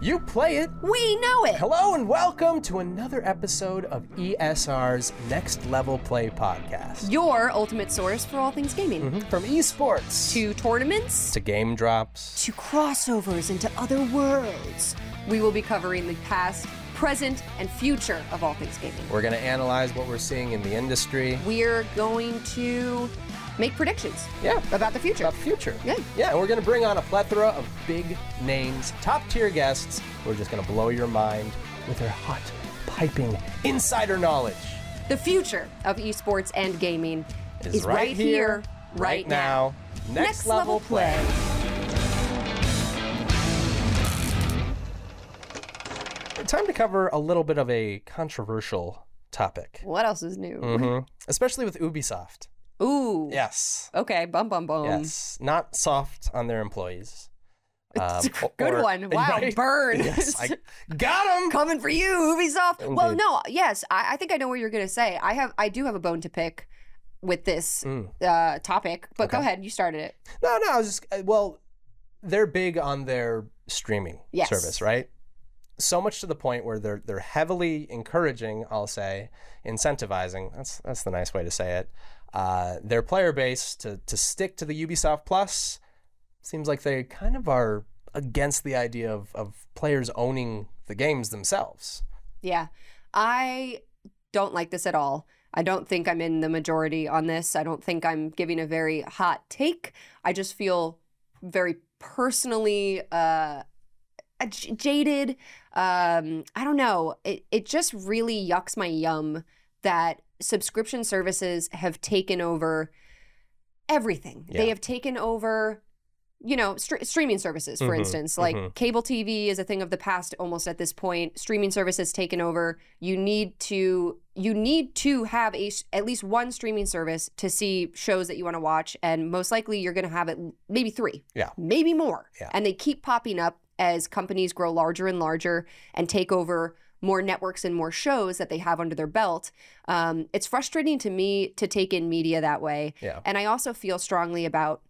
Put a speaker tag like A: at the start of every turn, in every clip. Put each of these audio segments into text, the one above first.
A: You play it.
B: We know it.
A: Hello and welcome to another episode of ESR's Next Level Play podcast.
B: Your ultimate source for all things gaming.
A: From esports
B: To tournaments,
A: to game drops,
B: to crossovers into other worlds. We will be covering the past, present, and future of all things gaming.
A: we're going to analyze what we're seeing in the industry.
B: We're going to make predictions
A: Yeah.
B: about the future.
A: About the future.
B: Yeah.
A: Yeah, and we're going to bring on a plethora of big names, top tier guests who are just going to blow your mind with their hot, piping insider knowledge.
B: The future of esports and gaming
A: It
B: is, right, here, right now.
A: Next, level, play. Time to cover a little bit of a controversial topic,
B: What else is new?
A: Mm-hmm. especially with Ubisoft.
B: Ooh.
A: Yes.
B: Okay, bum bum bum.
A: Yes. Not soft on their employees.
B: It's
A: Um,
B: a good
A: or-
B: one. Wow,
A: Right?
B: burn.
A: Yes, I got him.
B: coming for you, Ubisoft. Well,
A: Indeed.
B: no, yes, I, I think I know what you're gonna say. I have, I do have a bone to pick with this uh, topic, but go ahead, you started it.
A: No, no, I was just uh, well, they're big on their streaming
B: Yes.
A: service, right? So much to the point where they're they're heavily encouraging, I'll say, incentivizing. That's that's the nice way to say it. Uh, their player base to to stick to the Ubisoft Plus seems like they kind of are against the idea of of players owning the games themselves.
B: Yeah, I don't like this at all. I don't think I'm in the majority on this. I don't think I'm giving a very hot take. I just feel very personally uh, j- jaded. Um, I don't know. It, it just really yucks my yum that subscription services have taken over everything. They
A: Yeah.
B: have taken over, you know, str- streaming services, for
A: Mhm,
B: instance. Like
A: mhm.
B: cable TV is a thing of the past almost at this point. Streaming service has taken over. You need to you need to have a s- at least one streaming service to see shows that you want to watch, and most likely you're going to have it maybe three,
A: Yeah.
B: maybe more,
A: Yeah.
B: and they keep popping up as companies grow larger and larger and take over more networks and more shows that they have under their belt. Um, it's frustrating to me to take in media that way.
A: Yeah.
B: And I also feel strongly about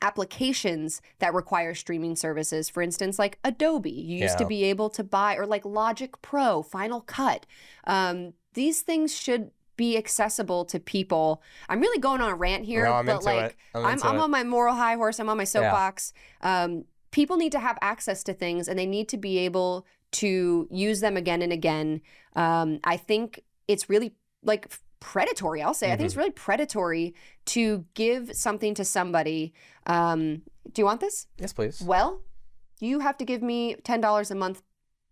B: applications that require streaming services. For instance, like Adobe, you used to
A: Yeah.
B: be able to buy, or like Logic Pro, Final Cut. Um, these things should be accessible to people. I'm really going on a rant here,
A: No, I'm
B: but
A: into
B: like
A: it. I'm
B: I'm,
A: into
B: I'm
A: it.
B: on my moral high horse. I'm on my soapbox. Um, people need to have access to things, and they need to be able to use them again and again. Um, I think it's really like f- predatory. I'll say I think
A: Mm-hmm.
B: it's really predatory to give something to somebody. Um, do you want this?
A: Yes, please.
B: Well, you have to give me ten dollars a month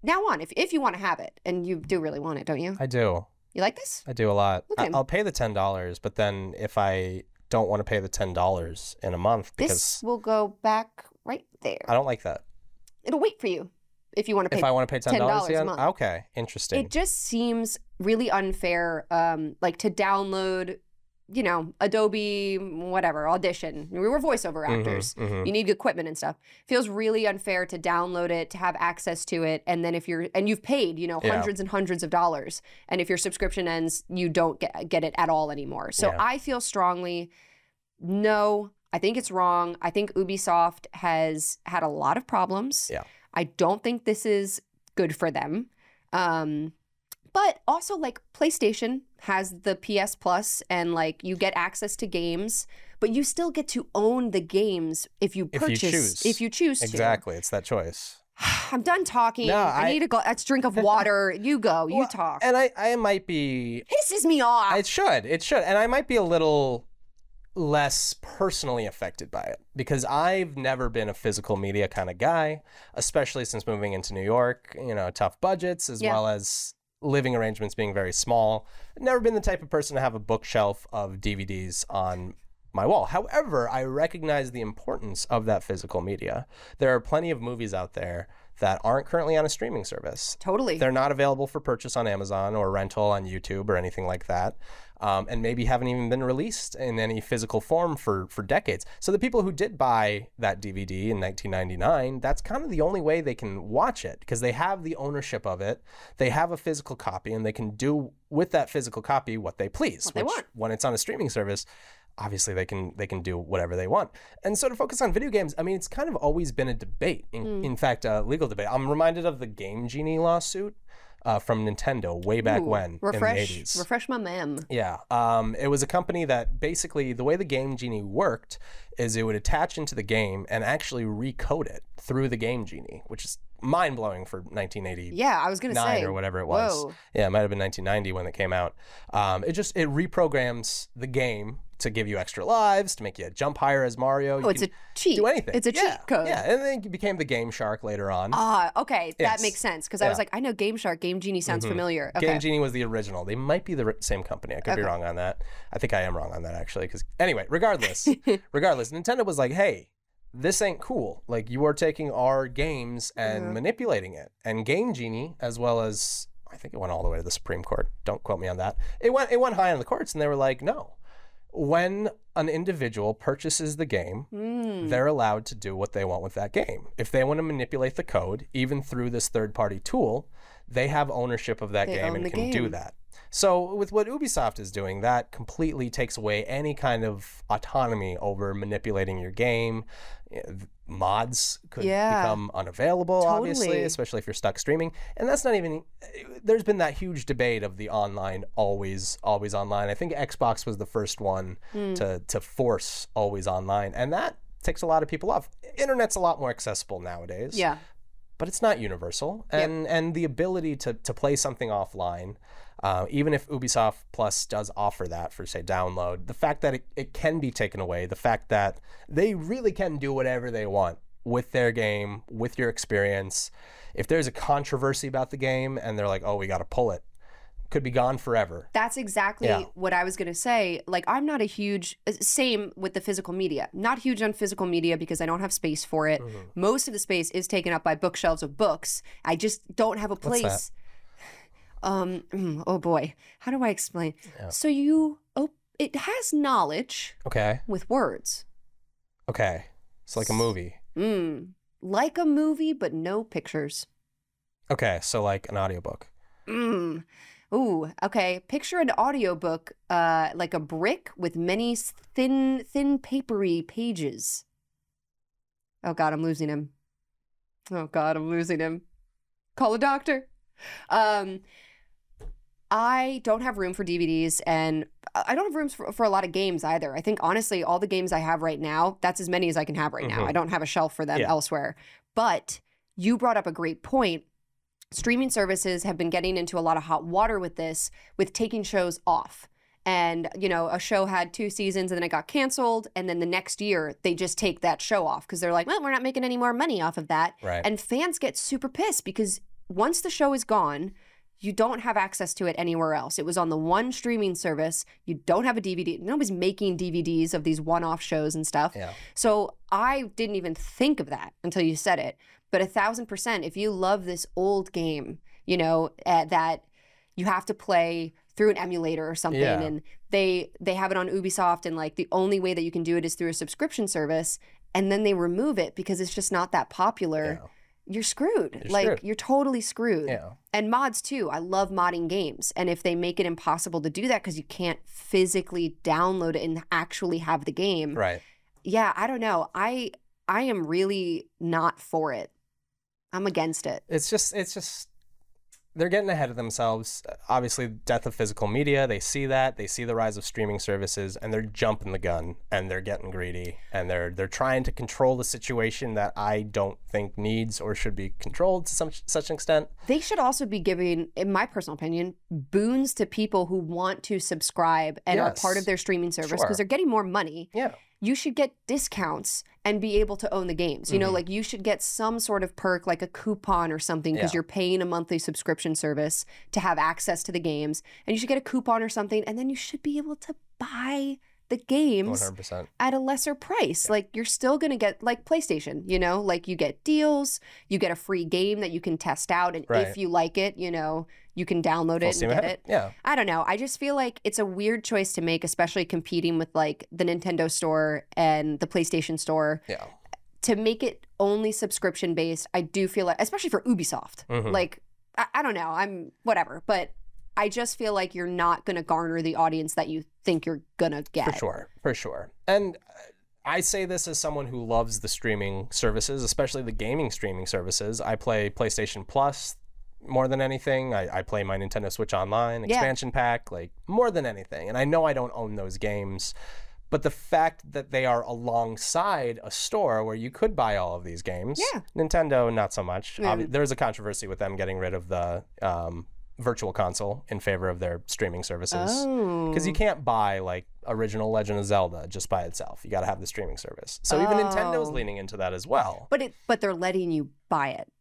B: now on if if you want to have it, and you do really want it, don't you?
A: I do.
B: You like this?
A: I do a lot. I-
B: Okay.
A: I'll pay the ten dollars, but then if I don't want to pay the ten dollars in a month because
B: This will go back right there.
A: I don't like that.
B: It'll wait for you if you want to pay
A: If I want to pay ten dollars
B: $10 a
A: again,
B: month.
A: okay, interesting.
B: It just seems really unfair, um, like to download, you know, Adobe, whatever, Audition. We were voiceover
A: Mm-hmm.
B: actors. You need equipment and stuff. Feels really unfair to download it, to have access to it, and then if you're and you've paid, you know,
A: Yeah.
B: hundreds and hundreds of dollars, and if your subscription ends, you don't get get it at all anymore. So
A: Yeah.
B: I feel strongly, no. I think it's wrong. I think Ubisoft has had a lot of problems.
A: Yeah.
B: I don't think this is good for them. Um, but also, like PlayStation has the PS Plus, and like you get access to games, but you still get to own the games if you
A: If you
B: purchase.
A: choose.
B: if you choose to.
A: exactly, it's that choice.
B: I'm done talking.
A: No,
B: I,
A: I-
B: need a, gla- a drink of water. you go. You
A: Well,
B: talk.
A: And I, I might be.
B: Pisses me off.
A: It should. It should. And I might be a little less personally affected by it because I've never been a physical media kind of guy, especially since moving into New York. You know, tough budgets as
B: Yeah.
A: well as living arrangements being very small. Never been the type of person to have a bookshelf of DVDs on my wall. However, I recognize the importance of that physical media. There are plenty of movies out there that aren't currently on a streaming service
B: totally.
A: they're not available for purchase on Amazon or rental on YouTube or anything like that, um, and maybe haven't even been released in any physical form for for decades. So the people who did buy that DVD in 1999, that's kind of the only way they can watch it because they have the ownership of it, they have a physical copy, and they can do with that physical copy what they please.
B: they
A: which,
B: want.
A: When it's on a streaming service, obviously they can they can do whatever they want. And so to focus on video games, I mean, it's kind of always been a debate. In,
B: Hmm.
A: in fact, a legal debate. I'm reminded of the Game Genie lawsuit uh, from Nintendo way back
B: Ooh,
A: when in the
B: refresh
A: 80s.
B: refresh my mem.
A: Yeah. Um, it was a company that basically the way the Game Genie worked is it would attach into the game and actually recode it through the Game Genie, which is mind blowing for 1980
B: Yeah, I was gonna
A: nine
B: say.
A: or whatever it was.
B: Whoa.
A: Yeah, it might have been 1990 when it came out. Um, it just it reprograms the game to give you extra lives, to make you jump higher as Mario. You
B: Oh, it's a
A: can
B: cheat.
A: do anything.
B: It's a
A: Yeah,
B: cheat code.
A: Yeah, and then it became the Game Shark later on.
B: Ah, okay,
A: Yes.
B: that makes sense because I
A: Yeah.
B: was like, I know Game Shark, Game Genie sounds
A: Mhm.
B: familiar. Okay,
A: Game Genie was the original. They might be the ri- same company. I could be
B: Okay.
A: wrong on that. I think I am wrong on that actually. Because anyway, regardless, regardless, Nintendo was like, "Hey, this ain't cool. Like you are taking our games and
B: Yeah.
A: manipulating it." And Game Genie, as well as I think it went all the way to the Supreme Court. Don't quote me on that. It went it went high on the courts, and they were like, "No." When an individual purchases the game,
B: Mm.
A: they're allowed to do what they want with that game. If they want to manipulate the code, even through this third party tool, they have ownership of that
B: They
A: game
B: own
A: and
B: the
A: can do
B: game.
A: that. So, with what Ubisoft is doing, that completely takes away any kind of autonomy over manipulating your game. Eh, th- Mods could
B: Yeah.
A: become unavailable, obviously,
B: Totally.
A: especially if you're stuck streaming. And that's not even, eh, there's been that huge debate of the online, always, always online. I think Xbox was the first one
B: Mm.
A: to to force always online and that ticks a lot of people off internet's a lot more accessible nowadays
B: yeah,
A: but it's not universal
B: Yep.
A: and and the ability to to play something offline uh, even if ubisoft plus does offer that for say download the fact that it, it can be taken away the fact that they really can do whatever they want with their game with your experience if there's a controversy about the game and they're like oh we got to pull it could be gone forever
B: that's exactly
A: Yeah.
B: what I was gonna say. Like, I'm not a huge uh, same with the physical media. Not huge on physical media because I don't have space for it.
A: Mm-hmm.
B: Most of the space is taken up by bookshelves of books. I just don't have a
A: What's that?
B: place. Um. mm, Oh boy, how do I explain? So you, oh, it has knowledge
A: okay
B: with words.
A: okay it's like a movie
B: Mm. Like a movie, but no pictures.
A: Okay, so like an audiobook.
B: Mm. Ooh, okay. Picture an audiobook uh like a brick with many s- thin thin papery pages. Oh god, I'm losing him. Oh god, I'm losing him. Call a doctor. Um I don't have room for DVDs and I I don't have rooms for, for a lot of games either. I think honestly, all the games I have right now, that's as many as I can have right now.
A: Mhm.
B: I don't have a shelf for them
A: Yeah.
B: elsewhere. But you brought up a great point streaming services have been getting into a lot of hot water with this, with taking shows off. And, you know, a show had two seasons and then it got canceled. And then the next year, they just take that show off because they're like, well, we're not making any more money off of that.
A: Right.
B: And fans get super pissed because once the show is gone, you don't have access to it anywhere else. It was on the one streaming service. You don't have a DVD. Nobody's making DVDs of these one off shows and stuff.
A: Yeah.
B: So I didn't even think of that until you said it. But a thousand percent, if you love this old game, you know uh, that you have to play through an emulator or something,
A: Yeah.
B: and they they have it on Ubisoft, and like the only way that you can do it is through a subscription service, and then they remove it because it's just not that popular.
A: Yeah.
B: You're screwed.
A: You're
B: like
A: screwed.
B: you're totally screwed
A: Yeah.
B: and mods too. I love modding games. And if they make it impossible to do that because you can't physically download it and actually have the game,
A: Right.
B: yeah, I don't know. I I am really not for it. I'm against it.
A: It's just it's just they're getting ahead of themselves. Obviously, death of physical media, they see that. They see the rise of streaming services and they're jumping the gun and they're getting greedy and they're they're trying to control the situation that I don't think needs or should be controlled to some such an extent.
B: They should also be giving, in my personal opinion, boons to people who want to subscribe and are part
A: Yes.
B: of their streaming service
A: Sure.
B: because they're getting more money.
A: Yeah.
B: you should get discounts and be able to own the games. You
A: Mm-hmm.
B: know, like you should get some sort of perk, like a coupon or something, because
A: Yeah.
B: you're paying a monthly subscription service to have access to the games. And you should get a coupon or something, and then you should be able to buy the games
A: 100%.
B: at a lesser price. Like you're still going to get like PlayStation, you know, like you get deals, you get a free game that you can test out and
A: Right.
B: if you like it, you know, you can download
A: Full
B: it and
A: steam
B: get
A: ahead.
B: it.
A: Yeah.
B: I don't know. I just feel like it's a weird choice to make, especially competing with like the Nintendo store and the PlayStation store.
A: Yeah.
B: To make it only subscription based, I do feel like, especially for Ubisoft,
A: Mhm.
B: like, I, I don't know. I'm whatever, but I just feel like you're not going to garner the audience that you think you're going to get.
A: For sure, for sure. And uh, I say this as someone who loves the streaming services, especially the gaming streaming services. I play PlayStation Plus more than anything. I, I play my Nintendo Switch Online
B: Yeah.
A: expansion pack, like more than anything. And I know I don't own those games, but the fact that they are alongside a store where you could buy all of these games,
B: Yeah.
A: Nintendo, not so much.
B: Yeah.
A: Obvi- there was a controversy with them getting rid of the um, virtual console in favor of their streaming services
B: Oh.
A: because you can't buy like original Legend of Zelda just by itself. You got to have the streaming service. So even Nintendo's
B: Oh.
A: leaning into that as well.
B: But it but they're letting you buy it.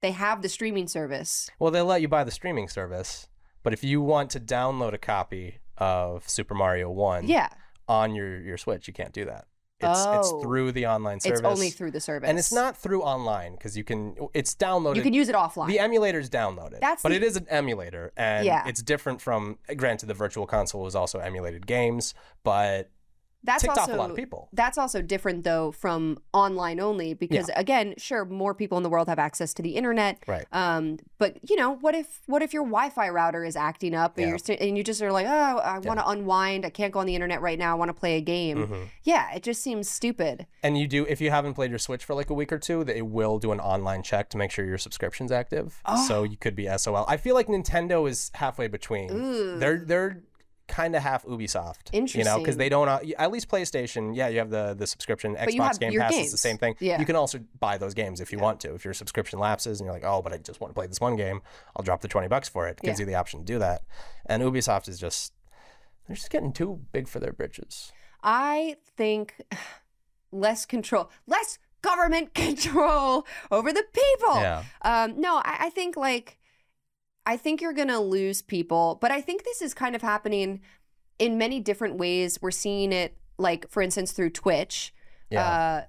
B: They have the streaming service.
A: Well, they let you buy the streaming service, but if you want to download a copy of Super Mario One
B: Yeah.
A: on your your Switch, you can't do that. It's
B: Oh.
A: it's through the online service.
B: It's only through the service.
A: and it's not through online because you can. It's downloaded.
B: You can use it offline.
A: the emulator's downloaded,
B: That's
A: but
B: the-
A: it is an emulator, and
B: Yeah.
A: it's different from. Granted, the Virtual Console was also emulated games, but
B: that's
A: ticked
B: also
A: off a lot of people.
B: That's also different though from online only because again, sure, more people in the world have access to the internet.
A: Right.
B: Um, but you know, what if what if your Wi-Fi router is acting up and
A: Yeah.
B: you're st- and you just are like, oh, I want to unwind. I can't go on the internet right now. I want to play a game.
A: Mhm.
B: Yeah, it just seems stupid.
A: And you do if you haven't played your Switch for like a week or two, they will do an online check to make sure your subscription's active.
B: Ah.
A: So you could be SOL. I feel like Nintendo is halfway between. Mm-hmm. They're they're kind of half Ubisoft. You know, because
B: Interesting.
A: they don't uh, at least PlayStation. Yeah, you have the the subscription. Xbox
B: you have
A: Game
B: your
A: Pass is the
B: games.
A: same thing.
B: Yeah.
A: You can also buy those games if you want to. If your subscription lapses and you're like, oh, but I just want to play this one game, I'll drop the twenty bucks for it. Gives
B: Yeah.
A: you the option to do that. And Ubisoft is just they're just getting too big for their britches.
B: I think less control, less government control over the people.
A: Yeah.
B: Um, no, I, I think like I think you're gonna lose people, but I think this is kind of happening in many different ways. We're seeing it, like for instance, through Twitch.
A: Yeah.
B: Uh,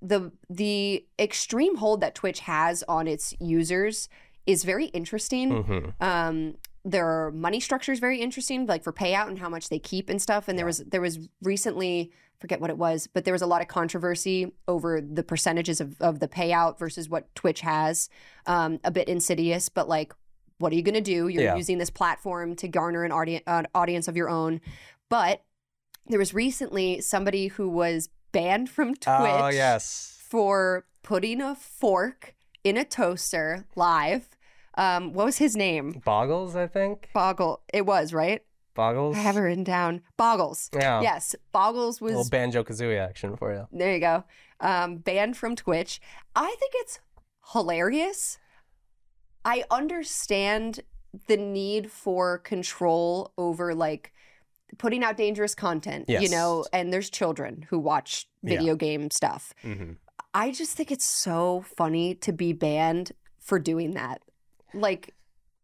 B: the the extreme hold that Twitch has on its users is very interesting.
A: hmm
B: Um, their money structure is very interesting, like for payout and how much they keep and stuff. And there
A: Yeah.
B: was there was recently I forget what it was, but there was a lot of controversy over the percentages of, of the payout versus what Twitch has. Um, a bit insidious, but like, what are you gonna do? You're
A: Yeah.
B: using this platform to garner an audience an audience of your own, but there was recently somebody who was banned from Twitch
A: Oh yes.
B: for putting a fork in a toaster live. Um, what was his name?
A: Boggles, I think.
B: Boggle. It was right.
A: Boggles.
B: I have it written down. Boggles.
A: Yeah.
B: Yes, Boggles was.
A: Oh. little banjo kazooie action for you.
B: there you go. Um, banned from Twitch. I think it's hilarious. I understand the need for control over like putting out dangerous content, you
A: Yes.
B: know, and there's children who watch
A: Yeah.
B: video game stuff. I just think it's so funny to be banned for doing that. Like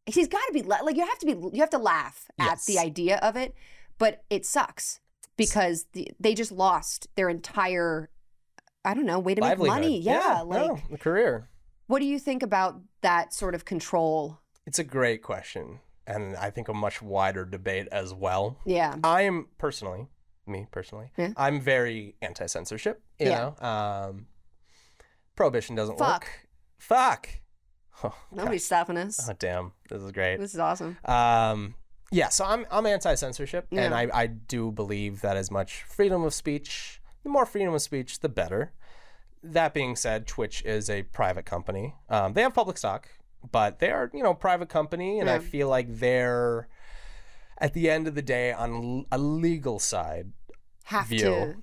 B: he's got to be la- like you have to be you have to laugh at the
A: Yes.
B: idea of it, but it sucks because the, they just lost their entire I don't know way to make
A: Livelihood.
B: money. Yeah, like
A: no, the career.
B: what do you think about that sort of control?
A: It's a great question, and I think a much wider debate as well.
B: Yeah.
A: I am personally, me personally,
B: Yeah.
A: I'm very anti-censorship. You
B: Yeah.
A: know, um, prohibition doesn't
B: Fuck.
A: work. Fuck. Oh,
B: Nobody's stopping us.
A: God. oh damn, this is great.
B: This is awesome.
A: Um, yeah, so I'm I'm anti censorship, and
B: Yeah.
A: I, I do believe that as much freedom of speech, the more freedom of speech, the better. That being said, Twitch is a private company. Um, they have public stock, but they are you know private company, and I
B: Yeah.
A: feel like they're at the end of the day on l- a legal side
B: Have to.
A: view.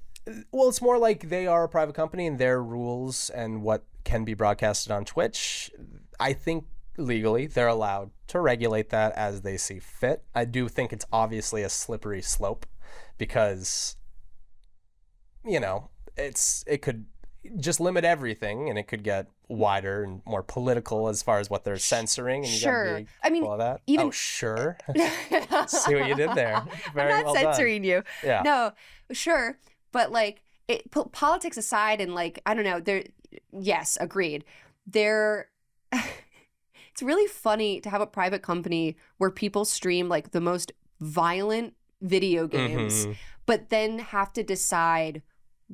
A: Well, it's more like they are a private company and their rules and what can be broadcasted on Twitch. I think legally they're allowed to regulate that as they see fit. I do think it's obviously a slippery slope because you know, it's it could just limit everything and it could get wider and more political as far as what they're censoring and you
B: Sure.
A: gotta be
B: I mean,
A: all that.
B: even-
A: oh, sure. See what you did there. Very
B: I'm not
A: well done.
B: censoring you.
A: Yeah.
B: No, sure, but like it, po- politics aside, and like I don't know, there. Yes, agreed. There. it's really funny to have a private company where people stream like the most violent video games,
A: Mhm.
B: but then have to decide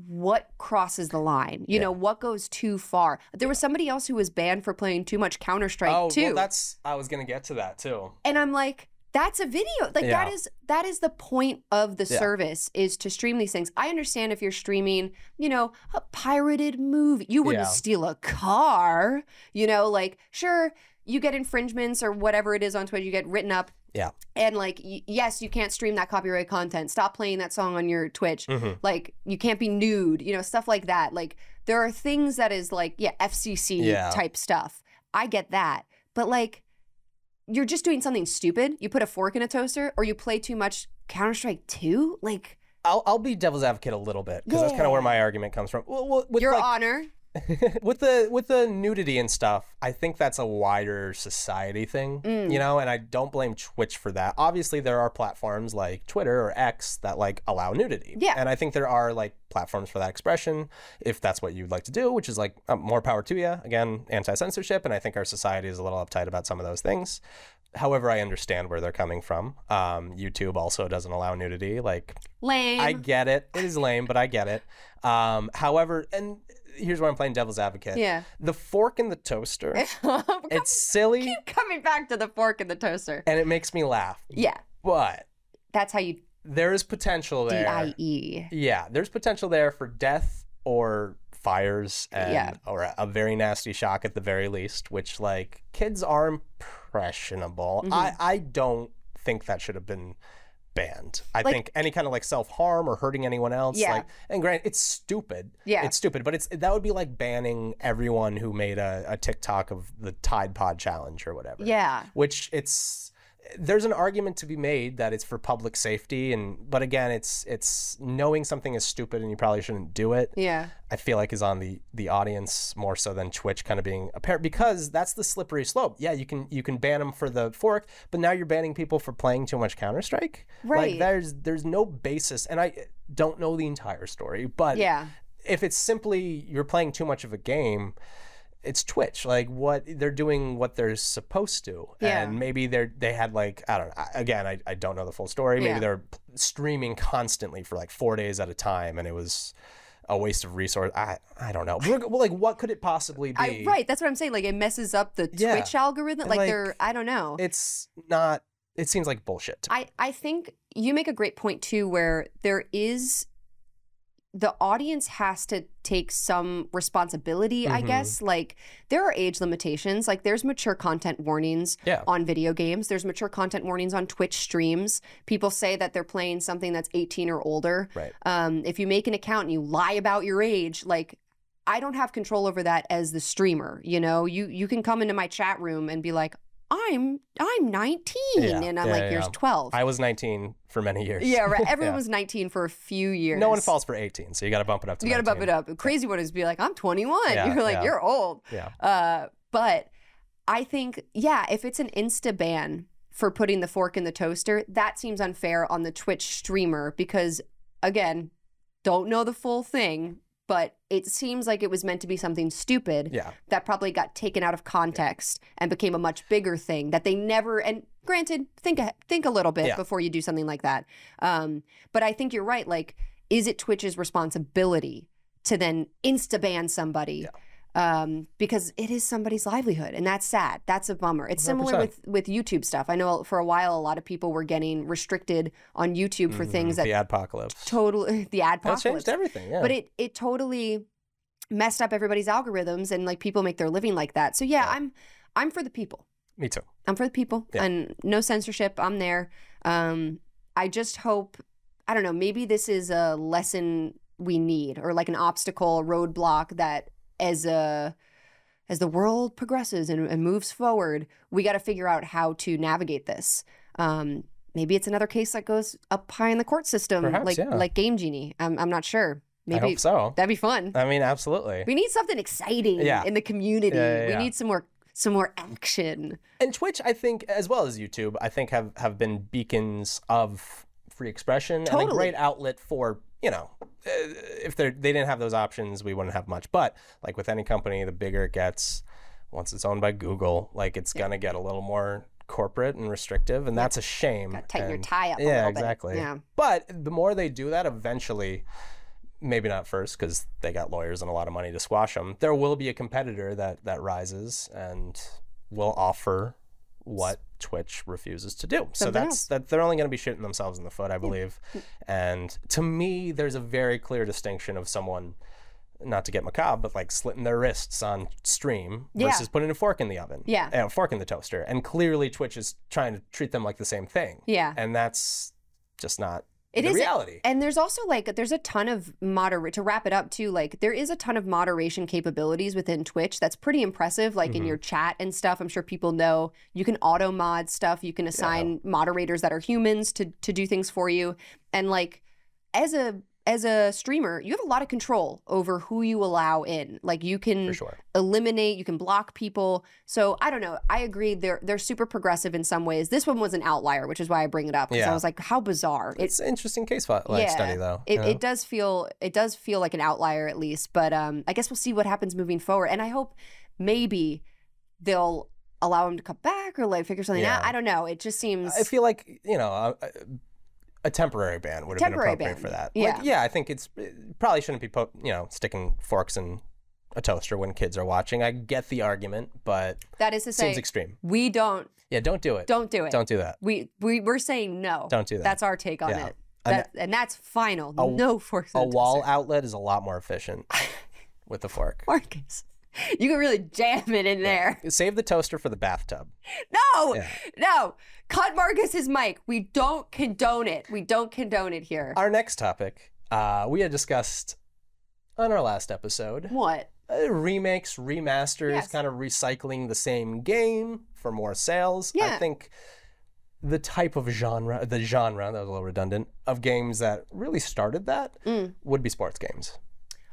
B: what crosses the line? You
A: Yeah.
B: know, what goes too far? There was somebody else who was banned for playing too much Counter Strike
A: oh,
B: too.
A: well, that's I was gonna get to that too.
B: and I'm like, that's a video. Like that
A: Yeah.
B: is that is the point of the
A: Yeah.
B: service is to stream these things. I understand if you're streaming, you know, a pirated movie, you wouldn't
A: Yeah.
B: steal a car, you know, like sure you get infringements or whatever it is on Twitter, you get written up.
A: Yeah.
B: And like y- yes, you can't stream that copyright content. Stop playing that song on your Twitch.
A: Mhm.
B: Like you can't be nude, you know, stuff like that. Like there are things that is like yeah, FCC
A: Yeah.
B: type stuff. I get that. But like you're just doing something stupid. You put a fork in a toaster, or you play too much Counter Strike 2? Like,
A: I'll I'll be devil's advocate a little bit because that's kind
B: Yeah.
A: of where my argument comes from. Well, well with
B: Your
A: like,
B: Honor.
A: with the with the nudity and stuff, I think that's a wider society thing,
B: Mm.
A: you know. And I don't blame Twitch for that. Obviously, there are platforms like Twitter or X that like allow nudity.
B: Yeah.
A: And I think there are like platforms for that expression if that's what you'd like to do, which is like uh, more power to you. Again, anti censorship, and I think our society is a little uptight about some of those things. However, I understand where they're coming from. Um, YouTube also doesn't allow nudity. Like
B: Lame.
A: I get it. It is lame, but I get it. Um, however, and here's where I'm playing devil's advocate.
B: yeah.
A: The fork in the toaster.
B: I'm
A: it's silly
B: coming back to the fork in the toaster.
A: and it makes me laugh.
B: Yeah.
A: But
B: That's how you
A: there is potential there.
B: E. D-I-E.
A: Yeah, there's potential there for death or fires and
B: Yeah.
A: or a, a very nasty shock at the very least, which like kids are impressionable.
B: Mhm.
A: I I don't think that should have been banned. I
B: Like-
A: think any kind of like self-harm or hurting anyone else
B: Yeah.
A: like and grant it's stupid.
B: Yeah.
A: It's stupid, but it's that would be like banning everyone who made a, a TikTok of the Tide Pod challenge or whatever
B: yeah.
A: which it's there's an argument to be made that it's for public safety and but again it's it's knowing something is stupid and you probably shouldn't do it
B: Yeah.
A: i feel like is on the the audience more so than twitch kind of being apparent because that's the slippery slope yeah you can you can ban them for the fork but now you're banning people for playing too much counter-strike
B: Right.
A: like there's there's no basis and i don't know the entire story but
B: Yeah.
A: if it's simply you're playing too much of a game, it's Twitch. Like what they're doing, what they're supposed to,
B: Yeah.
A: and maybe they're they had like I don't know. I- Again, I, I don't know the full story. Maybe
B: Yeah.
A: they're p- streaming constantly for like four days at a time, and it was a waste of resource. I I don't know. We're, well, like what could it possibly be?
B: I, right. That's what I'm saying. Like, it messes up the
A: Yeah.
B: Twitch algorithm. Like,
A: Like,
B: they're, I don't know.
A: It's not. It seems like bullshit. To me.
B: I, I think you make a great point too, where there is the audience has to take some responsibility, I
A: Mhm.
B: guess. Like there are age limitations, like there's mature content warnings
A: Yeah.
B: on video games, there's mature content warnings on Twitch streams. People say that they're playing something that's 18 or older.
A: Right.
B: Um, if you make an account and you lie about your age, like I don't have control over that as the streamer. You know, you you can come into my chat room and be like, "I'm I'm 19,"
A: Yeah,
B: and I'm
A: yeah,
B: like,
A: yeah,
B: "You're
A: yeah.
B: 12."
A: I was 19 for many years.
B: Yeah, right. Everyone
A: Yeah.
B: was 19 for a few years.
A: No one falls for 18, so you got to bump it up to.
B: You got to bump
A: 19.
B: it up. The crazy one is be like, I'm 21.
A: Yeah,
B: you're like,
A: yeah.
B: you're old.
A: Yeah.
B: Uh, but I think, yeah, if it's an insta ban for putting the fork in the toaster, that seems unfair on the Twitch streamer because, again, don't know the full thing, but it seems like it was meant to be something stupid
A: Yeah.
B: that probably got taken out of context and became a much bigger thing that they never and granted think a, think a little bit
A: Yeah.
B: before you do something like that um, but i think you're right like is it twitch's responsibility to then insta ban somebody um, because it is somebody's livelihood and that's sad that's a bummer it's similar
A: 100%.
B: with with youtube stuff i know for a while a lot of people were getting restricted on youtube for things that
A: Mm-hmm. the apocalypse.
B: totally the ad
A: That changed
B: apocalypse
A: everything. Yeah.
B: but it it totally messed up everybody's algorithms and like people make their living like that. So yeah,
A: Yeah.
B: I'm I'm for the people.
A: Me too.
B: I'm for the people
A: Yeah.
B: and no censorship. I'm there. Um I just hope I don't know, maybe this is a lesson we need or like an obstacle, a roadblock that as a as the world progresses and, and moves forward, we got to figure out how to navigate this. Um, maybe it's another case that goes up high in the court system,
A: Perhaps,
B: like
A: yeah.
B: like Game Genie. I'm, I'm not sure. Maybe
A: I hope so.
B: That'd be fun.
A: I mean, absolutely.
B: We need something exciting
A: Uh, Yeah.
B: in the community.
A: Yeah, yeah,
B: We
A: yeah.
B: need some more some more action.
A: And Twitch, I think, as well as YouTube, I think have have been beacons of free expression and a
B: Totally.
A: great outlet for you know. uh, If they they didn't have those options, we wouldn't have much. But like with any company, the bigger it gets, once it's owned by Google, like it's gonna get a little more corporate and restrictive, and that's a shame.
B: Gotta tighten your
A: And-
B: tie up a
A: yeah,
B: little
A: exactly.
B: bit. Yeah.
A: But the more they do that, eventually, maybe not first because they got lawyers and a lot of money to squash them. There will be a competitor that that rises and will offer what Twitch refuses to do. so
B: Something
A: that's
B: else. Mm.
A: that they're only going to be shooting themselves in the foot, I believe. And to me, there's a very clear distinction of someone. Not to get macabre, but like slitting their wrists on stream
B: Yeah.
A: versus putting a fork in the oven,
B: Yeah.
A: a fork in the toaster, and clearly Twitch is trying to treat them like the same thing,
B: Yeah.
A: and that's just not
B: It
A: the
B: is-
A: reality.
B: And there's also like there's a ton of moderate to wrap it up too. Like there is a ton of moderation capabilities within Twitch that's pretty impressive. Like in
A: Mhm.
B: your chat and stuff, I'm sure people know you can auto mod stuff. You can assign moderators that are humans to to do things for you. And like as a as a streamer, you have a lot of control over who you allow in. Like you can
A: for sure.
B: eliminate you can block people so i don't know i agree they're they're super progressive in some ways this one was an outlier which is why i bring it up because
A: Yeah.
B: i was like how bizarre it,
A: It's an interesting case fi- like
B: Yeah.
A: study though.
B: it,
A: you know?
B: it does feel it does feel like an outlier at least but um i guess we'll see what happens moving forward and i hope maybe they'll allow him to come back or like figure something out
A: Yeah.
B: i don't know it just seems
A: I feel like you know a, a- a temporary ban would have been
B: Temporary
A: appropriate
B: ban,
A: for that.
B: yeah.
A: like, yeah. I think it's it probably shouldn't be po- you know sticking forks in a toaster when kids are watching. I get the argument, but
B: that is to
A: it
B: say
A: seems extreme.
B: we don't
A: Yeah, don't do it.
B: don't do it
A: Don't do that.
B: we, we we're saying no
A: Don't do that.
B: that's our take on
A: Yeah.
B: it
A: And-
B: that, and that's final
A: A-
B: no forks in
A: a
B: the
A: wall
B: toaster.
A: outlet is a lot more efficient with a fork.
B: Marcus. You can really jam it in there.
A: Save the toaster for the bathtub.
B: No,
A: Yeah.
B: no. Cut Marcus's mic. We don't condone it. We don't condone it here.
A: Our next topic, uh, we had discussed on our last episode.
B: what?
A: uh, remakes, remasters,
B: Yes.
A: kind of recycling the same game for more sales. I
B: Yeah.
A: think the type of genre, the genre, that was a little redundant, of games that really started that
B: Mm.
A: would be sports games.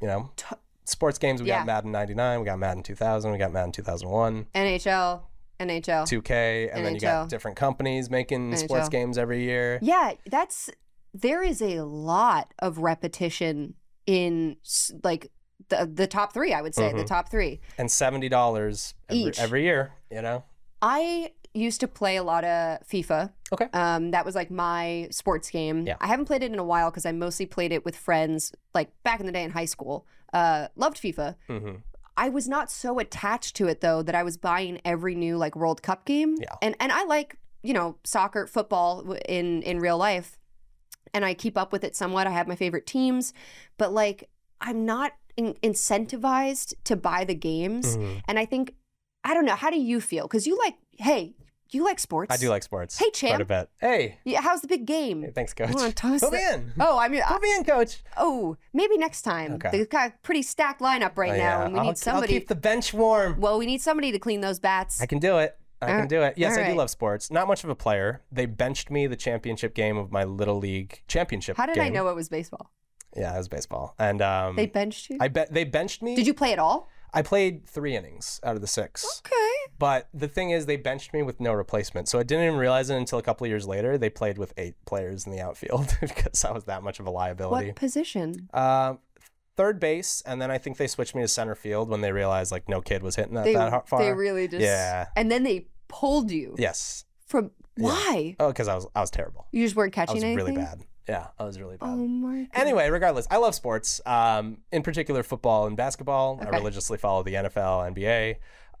A: You know?
B: T-
A: sports games, we
B: Yeah.
A: got Madden 99, we got Madden 2000, we got Madden 2001.
B: NHL. NHL.
A: 2K, and then you
B: NHL.
A: got different companies making sports
B: NHL.
A: games every year.
B: Yeah, that's there is a lot of repetition in s- like the the top 3, I would say, the
A: Mhm.
B: top 3.
A: And $70 every,
B: Each.
A: every year, you know?
B: I used to play a lot of FIFA.
A: Okay.
B: Um, that was like my sports game.
A: Yeah.
B: I haven't played it in a while because I mostly played it with friends, like back in the day in high school. Uh, loved FIFA.
A: hmm
B: I was not so attached to it though that I was buying every new like World Cup game.
A: Yeah.
B: And and I like, you know, soccer, football w- in in real life. And I keep up with it somewhat. I have my favorite teams, but like I'm not in- incentivized to buy the games.
A: hmm
B: And I think I don't know, how do you feel? Cuz you like, hey, you like sports.
A: I do like sports.
B: Hey,
A: Quite a
B: champ.
A: bit. Hey,
B: Yeah, how's the big game?
A: Hey, thanks, coach.
B: Come on, toss
A: Put
B: the-
A: me in.
B: Oh, I mean, I-
A: Put me in, coach.
B: oh, maybe next time.
A: Okay.
B: They've got a pretty stacked lineup right
A: Oh,
B: now,
A: yeah.
B: and we
A: I'll,
B: need somebody.
A: I'll keep the bench warm.
B: Well, we need somebody to clean those bats.
A: I can do it. I
B: All
A: can do it. Yes,
B: all
A: I do
B: right.
A: love sports. Not much of a player. They benched me the championship game of my little league championship.
B: How did I
A: game.
B: know it was baseball?
A: Yeah, it was baseball. And um,
B: They benched you?
A: I bet they benched me.
B: Did you play at all?
A: I played three innings out of the six.
B: Okay.
A: But the thing is, they benched me with no replacement. So I didn't even realize it until a couple of years later. They played with eight players in the outfield because I was that much of a liability.
B: What position?
A: Uh, third base, and then I think they switched me to center field when they realized like no kid was hitting that
B: They,
A: that har- far.
B: they really just.
A: Yeah.
B: And then they pulled you
A: yes.
B: from.
A: Yeah.
B: Why?
A: Oh, because I was I was terrible.
B: You just weren't
A: I
B: catching
A: was
B: anything?
A: really bad. Yeah, I was really bad.
B: Oh my God.
A: Anyway, regardless, I love sports. Um, in particular, football and basketball. I
B: Okay.
A: religiously follow the NFL, NBA.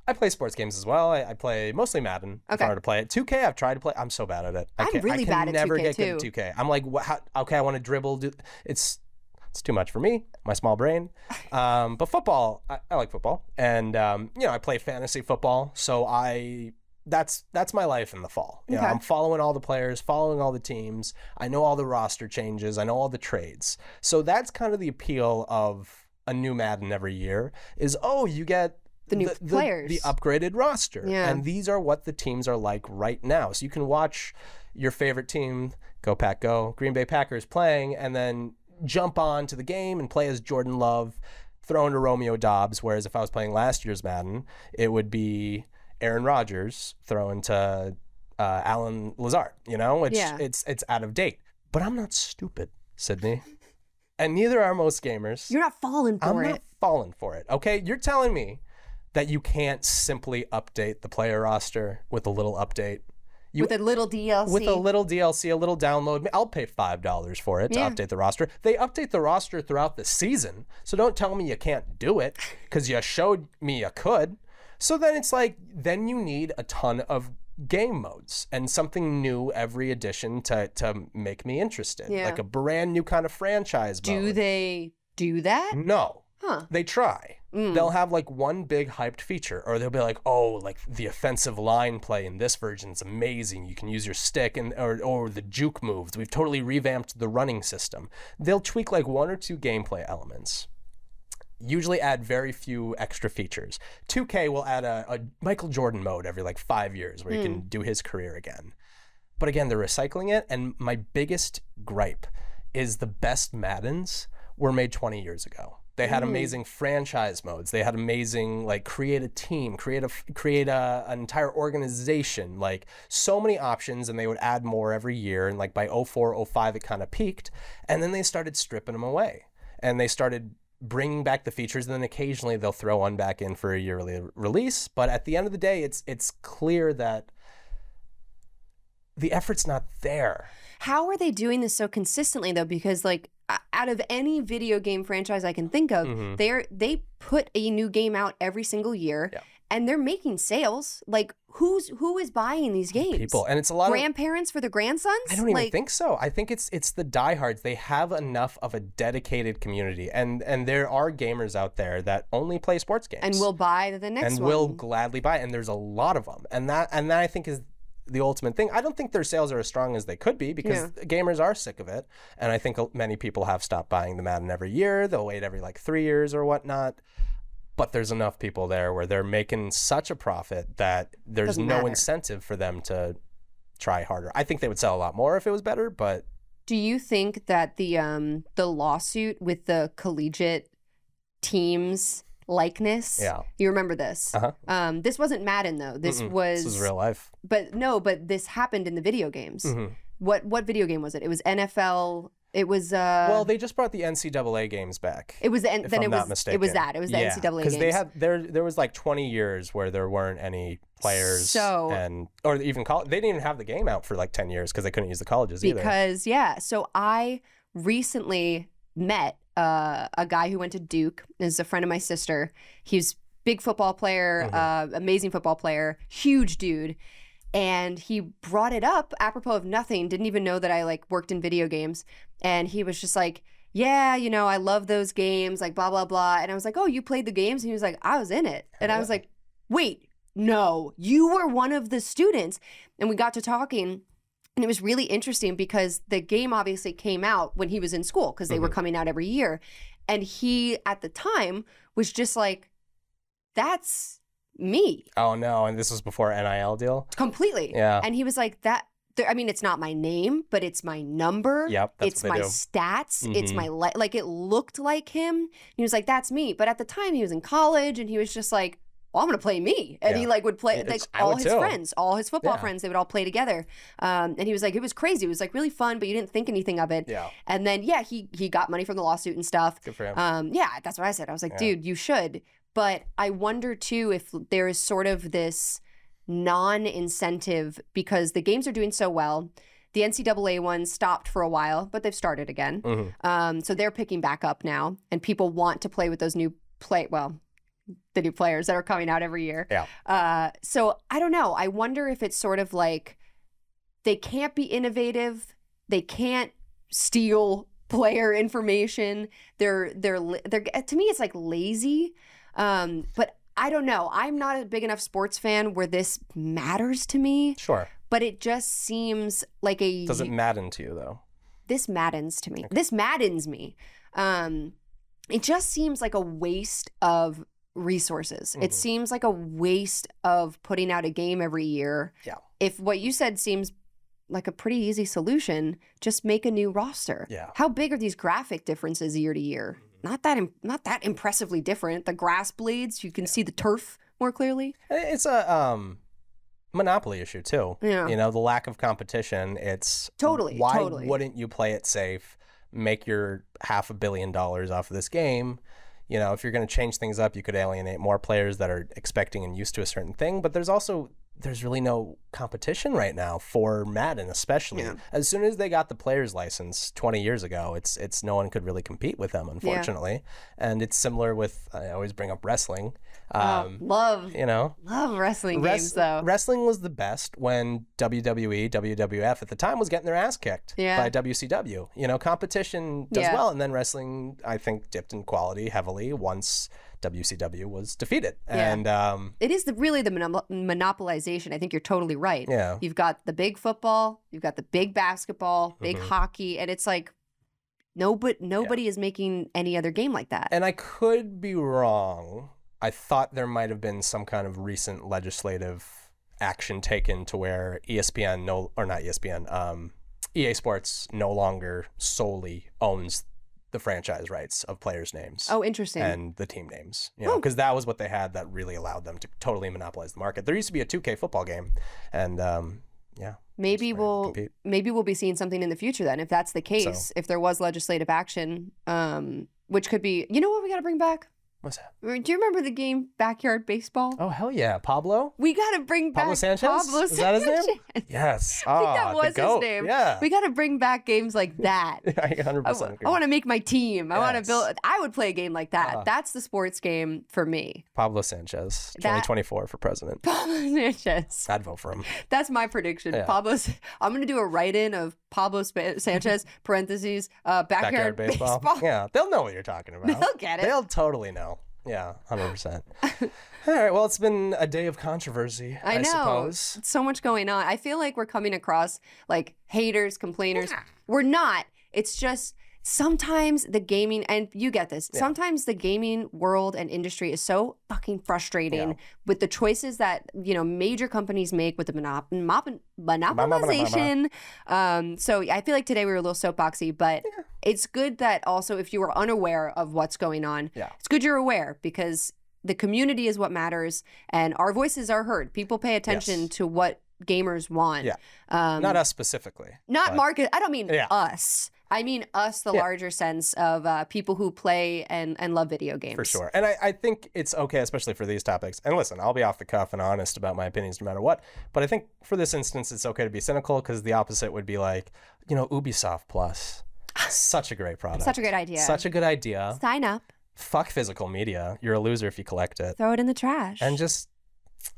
A: I play sports games as well. I, I play mostly Madden. If I
B: Okay.
A: were to play it, 2K. I've tried to play. I'm so bad at it. I
B: I'm
A: can't, I
B: really
A: can
B: bad at
A: never
B: 2K
A: get good at
B: too.
A: 2K. I'm like, what, how, okay, I want to dribble. Do, it's it's too much for me, my small brain. Um, but football, I, I like football, and um, you know, I play fantasy football. So I that's that's my life in the fall. You know,
B: Okay.
A: I'm following all the players, following all the teams. I know all the roster changes. I know all the trades. So that's kind of the appeal of a new Madden every year is oh you get
B: The new players.
A: the upgraded roster,
B: Yeah.
A: and these are what the teams are like right now. So you can watch your favorite team, go Pack, go Green Bay Packers playing, and then jump on to the game and play as Jordan Love, thrown to Romeo Dobbs. Whereas if I was playing last year's Madden, it would be Aaron Rodgers thrown to uh, Alan Lazard. You know, it's
B: Yeah.
A: it's it's out of date. But I'm not stupid, Sydney, and neither are most gamers.
B: You're not falling
A: I'm
B: for
A: not
B: it.
A: falling for it. Okay, you're telling me that you can't simply update the player roster with a little update. You-
B: with a little DLC.
A: with a little DLC, a little download. I'll pay five dollars for it to
B: Yeah.
A: update the roster. They update the roster throughout the season, so don't tell me you can't do it because you showed me you could. So then it's like then you need a ton of game modes and something new every edition to to make me interested,
B: Yeah.
A: like a brand new kind of franchise.
B: do
A: mode.
B: they do that?
A: No,
B: Huh.
A: they try.
B: Mm.
A: They'll have like one big hyped feature, or they'll be like, "Oh, like the offensive line play in this version is amazing. You can use your stick and or or the juke moves. We've totally revamped the running system." They'll tweak like one or two gameplay elements. Usually add very few extra features. 2K will add a, a Michael Jordan mode every like five years where you can do his career again. But again, they're recycling it. And my biggest gripe is the best Maddens were made 20 years ago. They had amazing franchise modes. They had amazing like create a team, create a create a, an entire organization, like so many options and they would add more every year and like by 04 05 it kind of peaked and then they started stripping them away. And they started bringing back the features and then occasionally they'll throw one back in for a yearly release, but at the end of the day it's it's clear that the effort's not there.
B: How are they doing this so consistently though? Because like o- out of any video game franchise I can think of,
A: Mhm.
B: they're they put a new game out every single year,
A: Yeah.
B: and they're making sales. Like who's who is buying these games?
A: People and it's a lot of
B: grandparents for the grandsons.
A: I don't even
B: like,
A: think so. I think it's it's the diehards. They have enough of a dedicated community, and and there are gamers out there that only play sports games
B: And will buy the next
A: and
B: one.
A: will gladly buy. it. And there's a lot of them, and that and that I think is the ultimate thing. I don't think their sales are as strong as they could be because gamers are sick of it, and I think many people have stopped buying the Madden every year. They'll wait every like three years or whatnot. But there's enough people there where they're making such a profit that there's
B: Doesn't
A: no
B: matter.
A: incentive for them to try harder. I think they would sell a lot more if it was better, but
B: Do you think that the um the lawsuit with the collegiate teams likeness?
A: Yeah.
B: You remember this?
A: Uh-huh.
B: Um, this wasn't Madden though. This
A: Mm-mm.
B: was
A: this is real life. Mm-hmm.
B: but no, but this happened in the video games. What what video game was it? It was NFL. It was uh.
A: well, they just brought the NCAA games back.
B: it was the,
A: if
B: then
A: I'm
B: it
A: not
B: was it was
A: mistaken.
B: that it was the
A: Yeah,
B: NCAA games.
A: they had there there was like 20 years where there weren't any players
B: So-
A: and or even college. They didn't even have the game out for like 10 years because they couldn't use the colleges either.
B: because yeah so i recently met uh, a guy who went to duke is a friend of my sister he's big football player uh, amazing football player huge dude and he brought it up apropos of nothing didn't even know that i like worked in video games and he was just like yeah you know i love those games like blah blah blah and i was like oh you played the games and he was like i was in it and i was
A: Yeah.
B: like wait no you were one of the students and we got to talking and it was really interesting because the game obviously came out when he was in school because they were
A: Mhm.
B: coming out every year. And he, at the time, was just like, that's me
A: Oh no, and this was before NIL deal.
B: completely.
A: Yeah.
B: And he was like, that. there- I mean, it's not my name, but it's my number.
A: Yep, that's
B: it's
A: what
B: my
A: they do.
B: stats. It's
A: Mhm.
B: my li- like. It looked like him. And he was like, "That's me." But at the time, he was in college, and he was just like, "Well, I'm gonna play me." And he
A: Yeah.
B: like would play
A: It's-
B: like
A: I
B: all
A: would
B: his
A: too.
B: friends, all his football
A: Yeah.
B: friends. They would all play together. Um, and he was like, it was crazy. It was like really fun, but you didn't think anything of it.
A: Yeah,
B: And then yeah, he he got money from the lawsuit and stuff.
A: good for him.
B: Um, yeah, that's what I said. I was like,
A: Yeah.
B: dude, you should. But I wonder too if there is sort of this non incentive because the games are doing so well. The NCAA one stopped for a while, but they've started again.
A: Mhm.
B: Um, so they're picking back up now, and people want to play with those new play. Well, the new players that are coming out every year.
A: Yeah.
B: Uh, so I don't know. I wonder if it's sort of like they can't be innovative. They can't steal player information. They're they're la- they're to me it's like lazy. Um, but I don't know. I'm not a big enough sports fan where this matters to me.
A: Sure.
B: But it just seems like a
A: Does it Madden to you though?
B: this maddens to me. This maddens me. Um, it just seems like a waste of resources. It
A: Mhm.
B: seems like a waste of putting out a game every year.
A: Yeah.
B: If what you said seems like a pretty easy solution, just make a new roster.
A: Yeah. Mm-hmm.
B: How big are these graphic differences year to year? Not that Im- not that impressively different. The grass bleeds. You can see the turf more clearly.
A: It's a um monopoly issue too.
B: Yeah.
A: You know, the lack of competition. It's
B: Totally,
A: Why
B: totally.
A: wouldn't you play it safe? Make your half a billion dollars off of this game. You know, if you're going to change things up, you could alienate more players that are expecting and used to a certain thing. But there's also there's really no competition right now for Madden, especially.
B: Yeah.
A: As soon as they got the player's license 20 years ago, it's it's no one could really compete with them, unfortunately. And it's similar with I always bring up wrestling.
B: Oh,
A: Um,
B: love
A: You know,
B: love wrestling
A: Wres-
B: games though.
A: wrestling was the best when E, WWE, WWF at the time was getting their ass kicked
B: Yeah.
A: by WCW. You know, competition does
B: Yeah.
A: well, and then wrestling, I think, dipped in quality heavily once WCW was defeated.
B: Yeah.
A: And um,
B: it is the, really the monop- monopolization. I think you're totally right.
A: yeah,
B: You've got the big football, you've got the big basketball, big
A: Mhm.
B: hockey, and it's like nobody nobody is making any other game like that.
A: and I could be wrong. I thought there might have been some kind of recent legislative action taken to where E ESPN no or not ESPN, um, EA Sports no longer solely owns the franchise rights of players' names.
B: oh, interesting.
A: and the team names, you know,
B: Hmm.
A: because that was what they had that really allowed them to totally monopolize the market. There used to be a 2K football game, and um, yeah,
B: maybe
A: just trying to
B: we'll
A: compete.
B: maybe we'll be seeing something in the future then if that's the case, if there was legislative action um which could be You know what we got to bring back?
A: what's that?
B: Do you remember the game Backyard Baseball?
A: Oh hell yeah, Pablo.
B: We got to bring back
A: Pablo Sanchez?
B: Pablo
A: Is that his name?
B: Sanchez.
A: Yes,
B: I think
A: Ah,
B: that
A: the
B: was his
A: goat.
B: name.
A: Yeah,
B: We got to bring back games like that.
A: I hundred
B: I
A: percent.
B: want to make my team. I want to
A: Yes.
B: build. I would play a game like that.
A: Ah.
B: That's the sports game for me.
A: Pablo Sanchez,
B: That-
A: 2024 for president.
B: Pablo Sanchez.
A: I'd vote for him.
B: That's my prediction.
A: Yeah.
B: Pablo. S- I'm gonna do a write-in of Pablo Sp- Sanchez parentheses uh, backyard,
A: Backyard baseball. Yeah, they'll know what you're talking about.
B: They'll get it.
A: They'll totally know. Yeah, 100%. All right, well, it's been a day of controversy, I,
B: I know.
A: suppose.
B: So much going on. I feel like we're coming across like haters, complainers. We're not. It's just sometimes the gaming and you get this.
A: Yeah.
B: Sometimes the gaming world and industry is so fucking frustrating with the choices that, you know, major companies make with the monop- monop- monopolization. Um so I feel like today we were a little soapboxy, but it's good that also if you are unaware of what's going on,
A: Yeah.
B: it's good you're aware because the community is what matters and our voices are heard. People pay attention
A: Yes.
B: to what gamers want.
A: Yeah.
B: Um,
A: Not us specifically.
B: not
A: but-
B: market. I don't mean
A: Yeah.
B: us. I mean us, the
A: Yeah.
B: larger sense of uh, people who play and, and love video games.
A: For sure. And I, I think it's okay, especially for these topics. And listen, I'll be off the cuff and honest about my opinions no matter what. But I think for this instance, it's okay to be cynical because the opposite would be like, you know, Ubisoft Plus. Such a great product.
B: Such a good idea.
A: Such a good idea.
B: Sign up,
A: Fuck physical media. You're a loser if you collect it.
B: throw it in the trash,
A: and just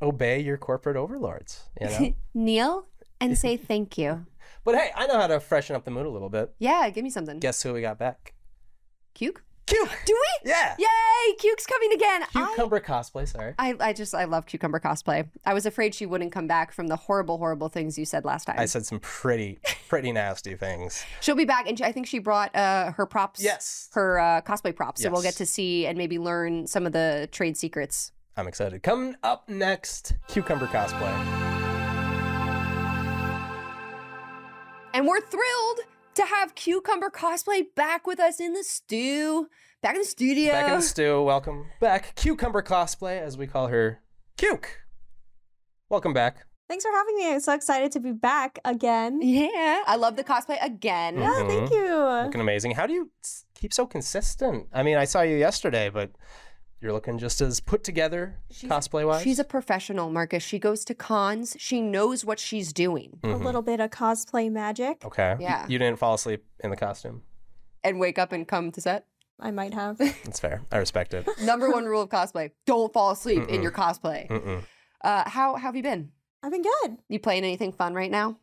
A: obey your corporate overlords, you know?
B: kneel and say thank you.
A: but hey, I know how to freshen up the mood a little bit.
B: Yeah, give me something.
A: Guess who we got back?
B: Cuke?
A: Cuke!
B: Do we?
A: Yeah!
B: Yay! Cuke's coming again. I-
A: Cucumber cosplay, sorry.
B: I, I just I love cucumber cosplay. I was afraid she wouldn't come back from the horrible, horrible things you said last time.
A: I said some pretty, pretty nasty things.
B: She'll be back, and she, I think she brought uh, her props.
A: Yes.
B: Her uh, cosplay props, so we'll
A: Yes.
B: get to see and maybe learn some of the trade secrets.
A: I'm excited. Coming up next, cucumber cosplay.
B: And we're thrilled to have Cucumber Cosplay back with us in the stew, back in the studio.
A: Back in the stew, welcome back. Cucumber cosplay, as we call her, Cuke. Welcome back.
C: Thanks for having me. I'm so excited to be back again.
B: yeah, I love the cosplay again.
A: Mm.
C: Yeah, thank you.
A: Looking amazing. How do you s- keep so consistent? I mean, I saw you yesterday, but you're looking just as put together cosplay wise.
B: She's a professional, Marcus. She goes to cons. She knows what she's doing.
A: Mm-hmm.
C: A little bit of cosplay magic.
A: Okay.
B: Yeah.
A: You didn't fall asleep in the costume.
B: And wake up and come to set.
C: I might have.
A: That's fair. I respect it.
B: Number one rule of cosplay: don't fall asleep in
A: Mm-mm.
B: your cosplay.
A: Mm-mm.
B: Uh, how, how have you been?
C: I've been good.
B: You playing anything fun right now?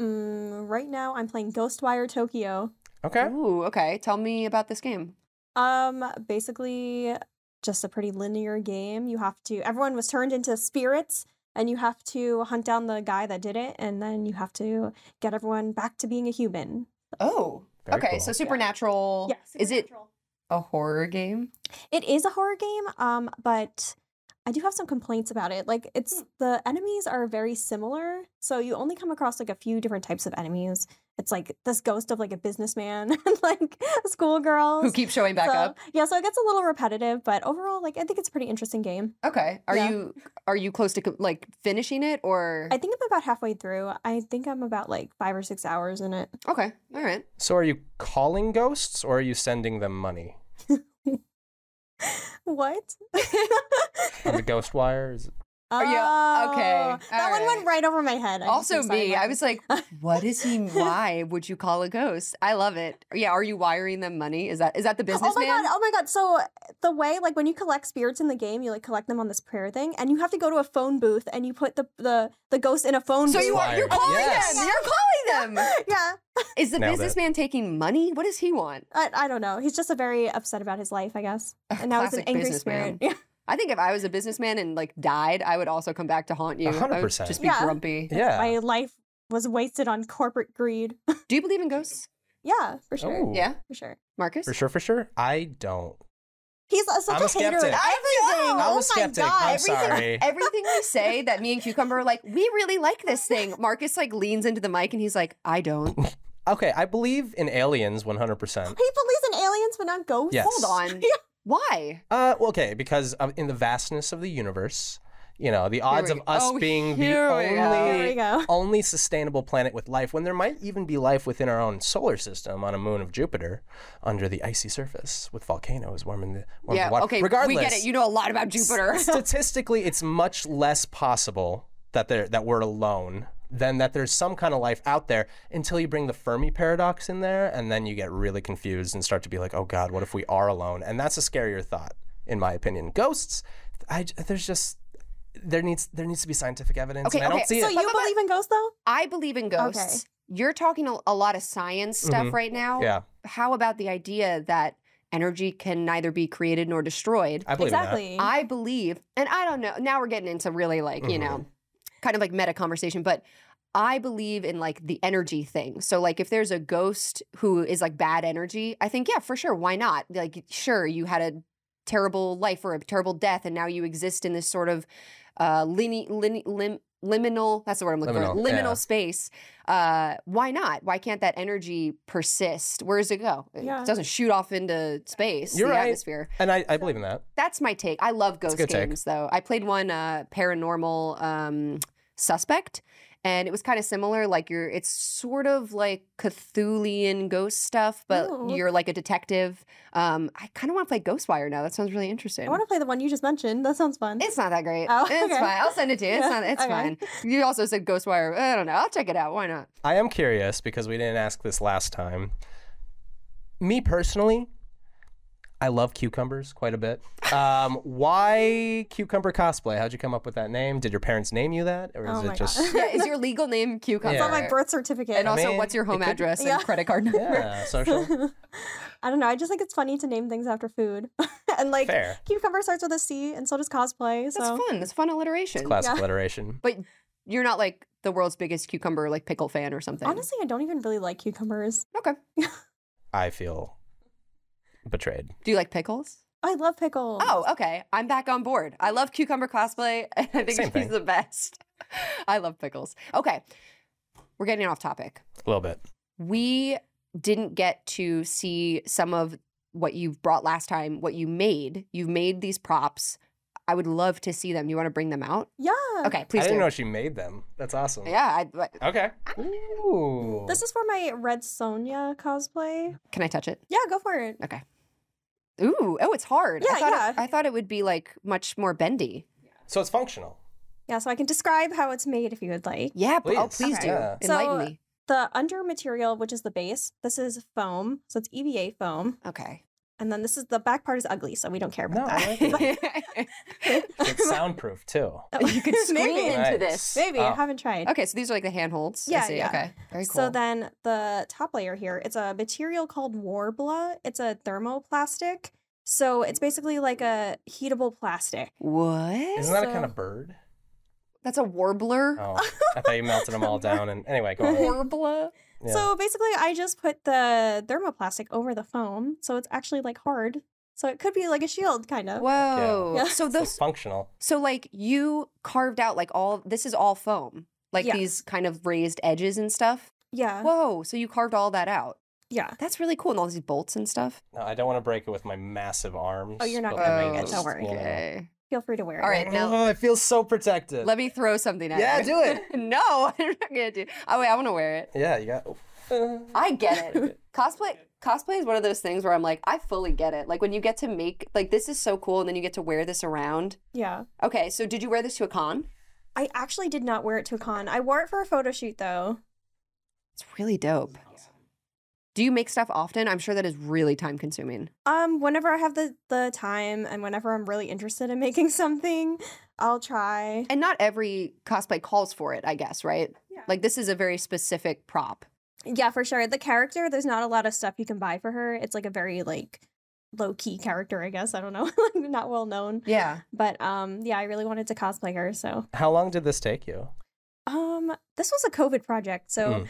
C: Mm, right now, I'm playing Ghostwire Tokyo.
A: Okay.
B: Ooh, okay. Tell me about this game.
C: Um, basically, just a pretty linear game. You have to. Everyone was turned into spirits, and you have to hunt down the guy that did it, and then you have to get everyone back to being a human.
B: Oh,
A: Very
B: okay.
A: cool.
B: So supernatural.
C: Yes.
B: Is it a horror game?
C: It is a horror game, um, but I do have some complaints about it. Like it's
B: Hmm.
C: the enemies are very similar, so you only come across like a few different types of enemies. It's like this ghost of like a businessman and like a schoolgirl.
B: Who keeps showing back
C: so,
B: up?
C: Yeah, so it gets a little repetitive, but overall, like I think it's a pretty interesting game.
B: Okay. Are
C: Yeah.
B: you are you close to co- like finishing it or?
C: I think I'm about halfway through. I think I'm about like five or six hours in it.
B: okay. All right.
A: So are you calling ghosts or are you sending them money?
C: What?
A: On the ghost wire? Is it...
C: Oh,
B: yeah, okay,
C: That
B: all
C: one
B: right.
C: went right over my head. I just
B: also
C: am sorry,
B: me.
C: Ryan.
B: I was like, what is he? Why would you call a ghost? I love it. Yeah, are you wiring them money? Is that is that the
C: Oh my
B: businessman?
C: god! Oh my god! So the way, like, when you collect spirits in the game, you like collect them on this prayer thing, and you have to go to a phone booth and you put the the, the ghost in a phone.
B: So
C: booth.
B: you are you're
A: Wired.
B: calling
A: Yes.
B: them. You're calling them.
C: yeah,
B: Is the
A: Nailed it.
B: businessman taking money? What does he want?
C: I, I don't know. He's just a very upset about his life, I guess. And now he's an
B: classic
C: angry
B: businessman.
C: spirit. Yeah.
B: I think if I was a businessman and like died, I would also come back to haunt you.
A: A hundred
B: I would
A: percent.
B: Just be
C: Yeah.
B: grumpy.
A: Yeah.
C: My life was wasted on corporate greed.
B: Do you believe in ghosts?
C: yeah, for sure.
A: Ooh.
B: Yeah,
C: For sure.
B: Marcus.
A: For sure, for sure. I don't.
C: He's uh, such
A: I'm
C: a,
A: a
C: hater with
A: skeptic.
C: everything.
B: I know.
C: oh
A: I'm a
C: my
A: skeptic.
C: god!
A: I'm
C: everything-
A: sorry.
B: Everything we say that me and Cucumber are like, we really like this thing. Marcus like leans into the mic and he's like, I don't.
A: Okay, I believe in aliens 100%.
C: He believes in aliens, but not ghosts.
A: Yes.
B: Hold on. Why?
A: Uh, well, okay, because of, in the vastness of the universe, you know, the odds
B: we
A: of us
B: go. Oh,
A: being the
B: here we go.
C: Here we
A: only
C: go.
A: only sustainable planet with life, when there might even be life within our own solar system on a moon of Jupiter, under the icy surface with volcanoes warming the warming
B: Yeah.
A: the water.
B: Okay.
A: Regardless,
B: We get it. You know a lot about Jupiter.
A: statistically, it's much less possible that there that we're alone than that there's some kind of life out there until you bring the Fermi paradox in there, and then you get really confused and start to be like, oh God, what if we are alone? And that's a scarier thought, in my opinion. Ghosts, I there's just there needs there needs to be scientific evidence,
B: Okay,
A: and I
B: okay,
A: don't see
C: So
A: it.
C: you believe in ghosts, though?
B: I believe in ghosts. You're talking a, a lot of science stuff
A: Mhm.
B: right now.
A: yeah,
B: How about the idea that energy can neither be created nor destroyed?
A: I believe in that.
C: exactly.
B: I believe, and I don't know, now we're getting into really like,
A: Mm-hmm.
B: you know, kind of like meta conversation, but I believe in like the energy thing. So, like, if there's a ghost who is like bad energy, I think, yeah, for sure, why not? Like, sure, you had a terrible life or a terrible death, and now you exist in this sort of uh, line- line- lim- liminal, that's the word I'm looking for,
A: Liminal,
B: liminal
A: yeah.
B: space. Uh, why not? Why can't that energy persist? Where does it go? It
C: Yeah.
B: doesn't shoot off into space,
A: You're
B: the
A: right.
B: atmosphere
A: And I, I believe in that.
B: that's my take. I love
A: That's a
B: ghost
A: good take.
B: games though. I played one uh, paranormal um, suspect, and it was kind of similar. Like you're, it's sort of like Cthulian ghost stuff, but
C: Ooh.
B: you're like a detective. Um, I kind of want to play Ghostwire now. That sounds really interesting.
C: I want to play the one you just mentioned. That sounds fun.
B: It's not that great.
C: Oh,
B: It's
C: okay.
B: fine. I'll send it to you. It's
C: Yeah,
B: not. It's
C: okay.
B: fine. You also said Ghostwire. I don't know. I'll check it out. Why not?
A: I am curious because we didn't ask this last time. Me personally, I love cucumbers quite a bit. Um, why cucumber cosplay? How'd you come up with that name? Did your parents name you that, or is
C: Oh
A: it
C: my
A: just?
C: God.
B: Yeah, is your legal name Cucumber?
C: It's on my
A: Yeah.
C: birth certificate.
B: And also,
A: mean,
B: what's your
A: it
B: home
A: could-
B: address and
C: Yeah.
B: credit card number?
A: Yeah, social.
C: I don't know. I just think it's funny to name things after food. and like
A: Fair.
C: cucumber starts with a C and so does cosplay. So
B: That's fun. That's fun alliteration.
A: Classic
C: Yeah.
A: alliteration.
B: But you're not like the world's biggest cucumber like pickle fan or something.
C: honestly, I don't even really like cucumbers.
B: Okay.
A: I feel betrayed.
B: Do you like pickles?
C: I love pickles.
B: Oh, okay. I'm back on board. I love cucumber cosplay and I think
A: Same
B: she's
A: thing.
B: the best. I love pickles. Okay. We're getting off topic.
A: A little bit.
B: We didn't get to see some of what you brought last time, what you made. You've made these props. I would love to see them. You want to bring them out?
C: Yeah.
B: Okay,
A: I
B: please
A: didn't
B: do.
A: know she made them. That's awesome.
B: Yeah. I,
A: Okay. Ooh.
C: Ah. This is for my Red Sonia cosplay.
B: can I touch it?
C: Yeah, go for it.
B: Ooh. Oh, it's hard. I
C: Yeah,
B: thought It,
C: yeah.
B: I thought it would be like much more bendy.
A: so it's functional.
C: Yeah, so I can describe how it's made if you would like.
B: Yeah, please. oh,
A: Please.
B: please
C: Okay.
B: do.
A: Yeah.
B: Enlighten
C: So-
B: me.
C: The under material, which is the base, this is foam. So it's EVA foam.
B: Okay.
C: And then this is the back part is ugly, so we don't care
A: No,
C: about
A: I like it.
B: you
A: It's soundproof too.
C: that.
B: could scream
C: Maybe.
B: into
A: Nice.
B: this.
C: Maybe,
A: Oh.
C: I haven't tried.
B: Okay, so these are like the handholds. I
C: Yeah,
B: see.
C: yeah.
B: Okay. Very cool.
C: So then the top layer here, it's a material called Warbla. It's a thermoplastic. So it's basically like a heatable plastic.
B: what?
A: Isn't that a
C: So-
A: kind of bird?
B: That's a warbler.
A: Oh, I thought you melted them all down. And anyway, go on.
B: Warbler.
A: Yeah.
C: So basically I just put the thermoplastic over the foam, so it's actually like hard. So it could be like a shield kind of.
B: Whoa.
C: Yeah.
B: So
A: So
B: those.
A: functional.
B: So like you carved out like all. This is all foam. Like
C: Yeah.
B: these kind of raised edges and stuff.
C: Yeah.
B: Whoa. So you carved all that out.
C: yeah.
B: That's really cool. And all these bolts and stuff.
A: No, I don't want to break it with my massive arms.
C: Oh, you're not
A: but
C: gonna
A: let me
C: break it,
A: just
C: don't worry.
A: pull out.
B: Okay.
C: Feel free to wear it.
B: All right, now-
A: Oh, I feel so protected.
B: Let me throw something at
A: Yeah,
B: you.
A: do it.
B: no, I'm not gonna do. Oh wait, I want to wear it.
A: Yeah, you got.
B: I get it. Cosplay. cosplay is one of those things where I'm like, I fully get it. Like when you get to make like this is so cool, and then you get to wear this around.
C: Yeah.
B: Okay, so did you wear this to a con?
C: I actually did not wear it to a con. I wore it for a photo shoot though.
B: It's really dope. Do you make stuff often? I'm sure that is really time consuming.
C: Um, whenever I have the the time and whenever I'm really interested in making something, I'll try.
B: And not every cosplay calls for it, I guess, right?
C: Yeah.
B: Like this is a very specific prop.
C: Yeah, for sure. The character, there's not a lot of stuff you can buy for her. It's like a very like low key character, I guess. I don't know, like not well known.
B: Yeah.
C: But um, yeah, I really wanted to cosplay her. So
A: How long did this take you?
C: um, this was a COVID project, so
A: Mm.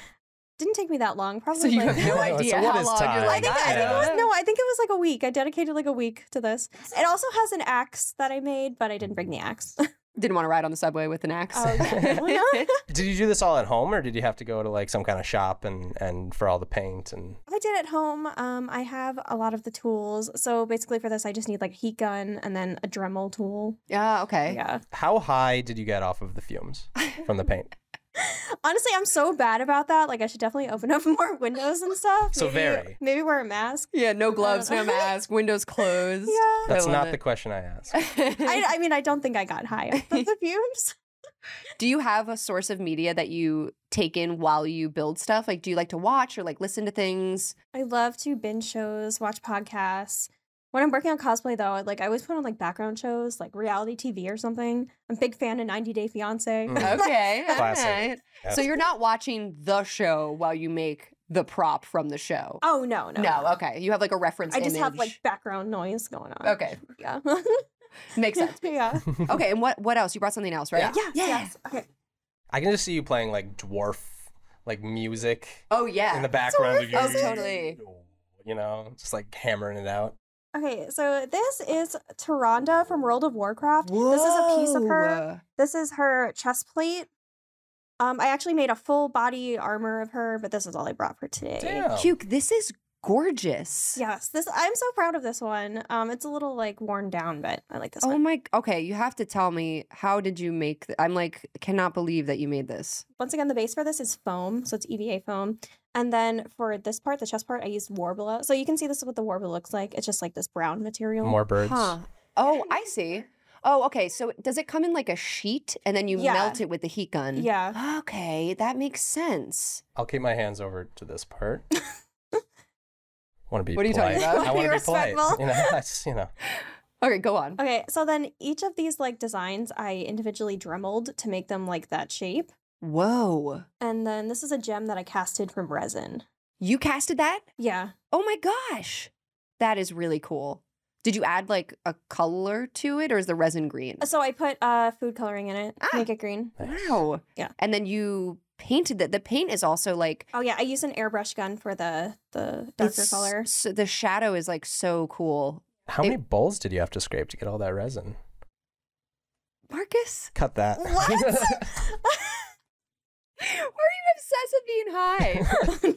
C: didn't take me that long. Probably.
B: Hmm. So you
C: like-
B: have no
A: So
B: idea
A: what
B: how
A: is
B: long
A: time?
B: you're
C: I
B: like.
C: think, I think
B: don't
C: it was
B: know."
C: no. I think it was like a week. I dedicated like a week to this. It also has an axe that I made, but I didn't bring the axe.
B: Didn't want to ride on the subway with an axe.
C: Oh, yeah.
A: Did you do this all at home, or did you have to go to like some kind of shop and and for all the paint and?
C: I did at home. Um, I have a lot of the tools. So basically, for this, I just need like a heat gun and then a Dremel tool.
B: yeah. Okay.
C: Yeah.
A: How high did you get off of the fumes from the paint?
C: Honestly, I'm so bad about that. Like, I should definitely open up more windows and stuff.
A: So
C: maybe,
A: very.
C: Maybe wear a mask.
B: Yeah, no gloves,
C: know.
B: no mask, windows closed.
C: Yeah.
A: That's
B: I love
A: not
B: it.
A: the question I asked.
C: I, I mean, I don't think I got high off of the fumes.
B: do you have a source of media that you take in while you build stuff? Like, do you like to watch or like listen to things?
C: I love to binge shows, watch podcasts. When I'm working on cosplay, though, like I always put on like background shows, like reality TV or something. I'm a big fan of 90 Day Fiance.
A: Mm.
B: Okay.
A: Classic.
B: alright. So you're not watching the show while you make the prop from the show.
C: Oh no, no,
B: Okay. You have like a reference.
C: I just have
B: image.
C: like background noise going on.
B: Okay,
C: Yeah.
B: makes sense.
C: yeah.
B: Okay, and what what else? You brought something else, right?
A: Yeah.
C: Yes, yes. Okay.
A: I can just see you playing like dwarf like music
B: Oh
A: in
B: yeah.
A: the background.
B: Oh, totally.
A: You know, just like hammering it out.
C: Okay, so this is Taronda from World of Warcraft. This is a piece of her. This is her chest plate. Um, I actually made a full body armor of her, but this is all I brought for today.
A: Damn.
B: Puke, this is gorgeous.
C: Yes, this I'm so proud of this one. Um, it's a little like worn down, but I like this
B: Oh
C: one.
B: my. Okay, you have to tell me how did you make? Th- I'm like cannot believe that you made this.
C: Once again, the base for this is foam, so it's EVA foam. And then for this part, the chest part, I used warbler. So you can see this is what the warbler looks like. It's just like this brown material.
A: More birds.
B: Huh. Oh, I see. Oh, okay. So does it come in like a sheet and then you
C: Yeah.
B: melt it with the heat gun?
C: Yeah.
B: Okay, that makes sense.
A: I'll keep my hands over to this part. want to be
B: What are you talking
A: polite.
B: about?
A: I want to
C: Be
A: be polite.
C: respectful.
A: You know, I just, you know.
B: Okay, go on.
C: Okay, so then each of these like designs I individually dremeled to make them like that shape.
B: Whoa.
C: And then this is a gem that I casted from resin.
B: You casted that?
C: Yeah.
B: Oh my gosh. That is really cool. Did you add like a color to it or is the resin green?
C: So I put uh food coloring in it,
B: Ah.
C: make it green.
B: Wow.
C: Yeah.
B: And then you painted that. The paint is also like
C: Oh yeah, I used an airbrush gun for the the darker
B: it's-
C: color.
B: So the shadow is like so cool.
A: How
B: It-
A: many bowls did you have to scrape to get all that resin?
B: Marcus,
A: Cut that.
C: What?
B: why are you obsessed with being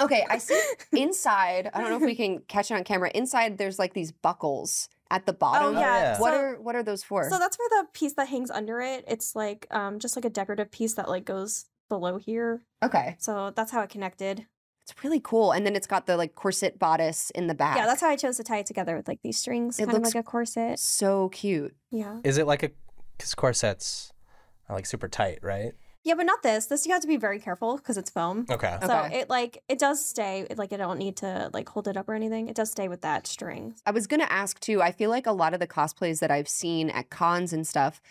B: high? okay, I see inside. I don't know if we can catch it on camera. Inside, there's like these buckles at the
C: oh
B: bottom.
C: yeah.
A: yeah.
C: So,
B: What are what are those for?
C: so that's for the piece that hangs under it. It's like um just like a decorative piece that like goes below here.
B: okay,
C: So that's how it connected.
B: it's really cool. And then it's got the like corset bodice in the back.
C: Yeah, that's how I chose to tie it together with like these strings,
B: Ah. It
C: kind
B: looks-
C: of like a corset.
B: so cute.
C: Yeah.
A: Is it like a because corsets are like super tight, right?
C: Yeah, but not this. This you have to be very careful because it's foam.
A: Okay.
C: So
B: Oh, Okay.
C: it like it does stay. Like I don't need to like hold it up or anything. It does stay with that string.
B: I was gonna ask too. I feel like a lot of the cosplays that I've seen at cons and stuff,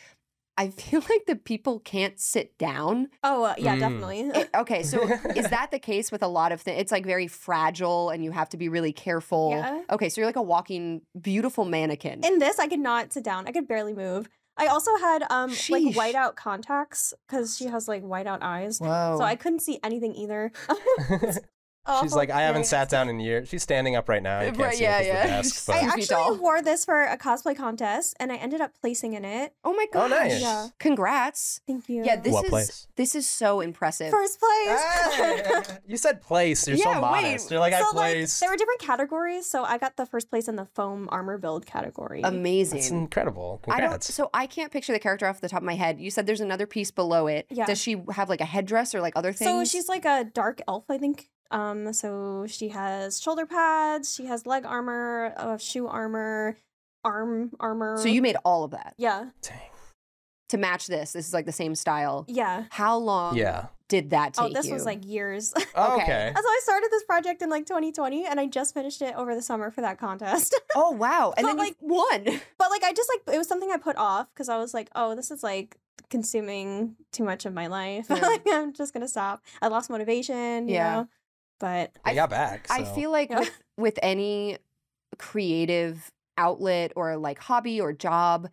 B: I feel like the people can't sit down.
C: Oh uh, yeah,
A: Mm.
C: definitely.
B: It- okay, so is that the case with a lot of things? It's like very fragile, and you have to be really careful.
C: Yeah.
B: Okay, so you're like a walking beautiful mannequin.
C: In this, I could not sit down. I could barely move. I also had um
B: Sheesh.
C: like whiteout contacts because she has like whiteout eyes,
B: Whoa.
C: so I couldn't see anything either. Oh,
A: She's
C: Awful
A: like, I haven't sat
C: experience.
A: down in years. She's standing up right now. You can't
B: Right,
A: see it
B: yeah,
A: 'cause of
B: yeah.
A: the desk,
C: I
A: but-
B: Two feet tall.
C: actually wore this for a cosplay contest, and I ended up placing in it.
B: oh my
A: Oh,
B: gosh!
A: nice.
C: Yeah.
B: Congrats.
C: Thank you.
B: Yeah, this
A: What
B: is
A: place?
B: this is so impressive.
C: first place.
A: Hey! you said place. You're
B: Yeah,
A: so
B: wait.
A: modest. You're Ah! like, I
C: so like
A: placed.
C: there were different categories, so I got the first place in the foam armor build category.
A: That's
B: Amazing.
A: incredible.
B: I don't.
A: Congrats.
B: So I can't picture the character off the top of my head. You said there's another piece below it.
C: Yeah.
B: Does she have like a headdress or like other things?
C: So she's like a dark elf, I think. Um, so she has shoulder pads, she has leg armor, uh, shoe armor, arm armor.
B: So you made all of that
C: yeah,
A: Dang.
B: to match this. This is like the same style.
C: yeah.
B: How long
A: Yeah.
B: did that take
C: Oh, this
B: you?
C: was like years.
A: Oh,
B: Okay.
A: okay.
C: so I started this project in like 2020, and I just finished it over the summer for that contest.
B: oh wow, and
C: But,
B: then like
C: like-
B: one.
C: but like, I just like it was something I put off because I was like, oh, this is like consuming too much of my life.
B: Yeah.
C: like, I'm just gonna stop. I lost motivation. You
B: Yeah.
C: Know? But
A: We
B: I
A: got back.
B: I
A: so-
B: feel like
C: Yeah.
B: with, with any creative outlet or like hobby or job,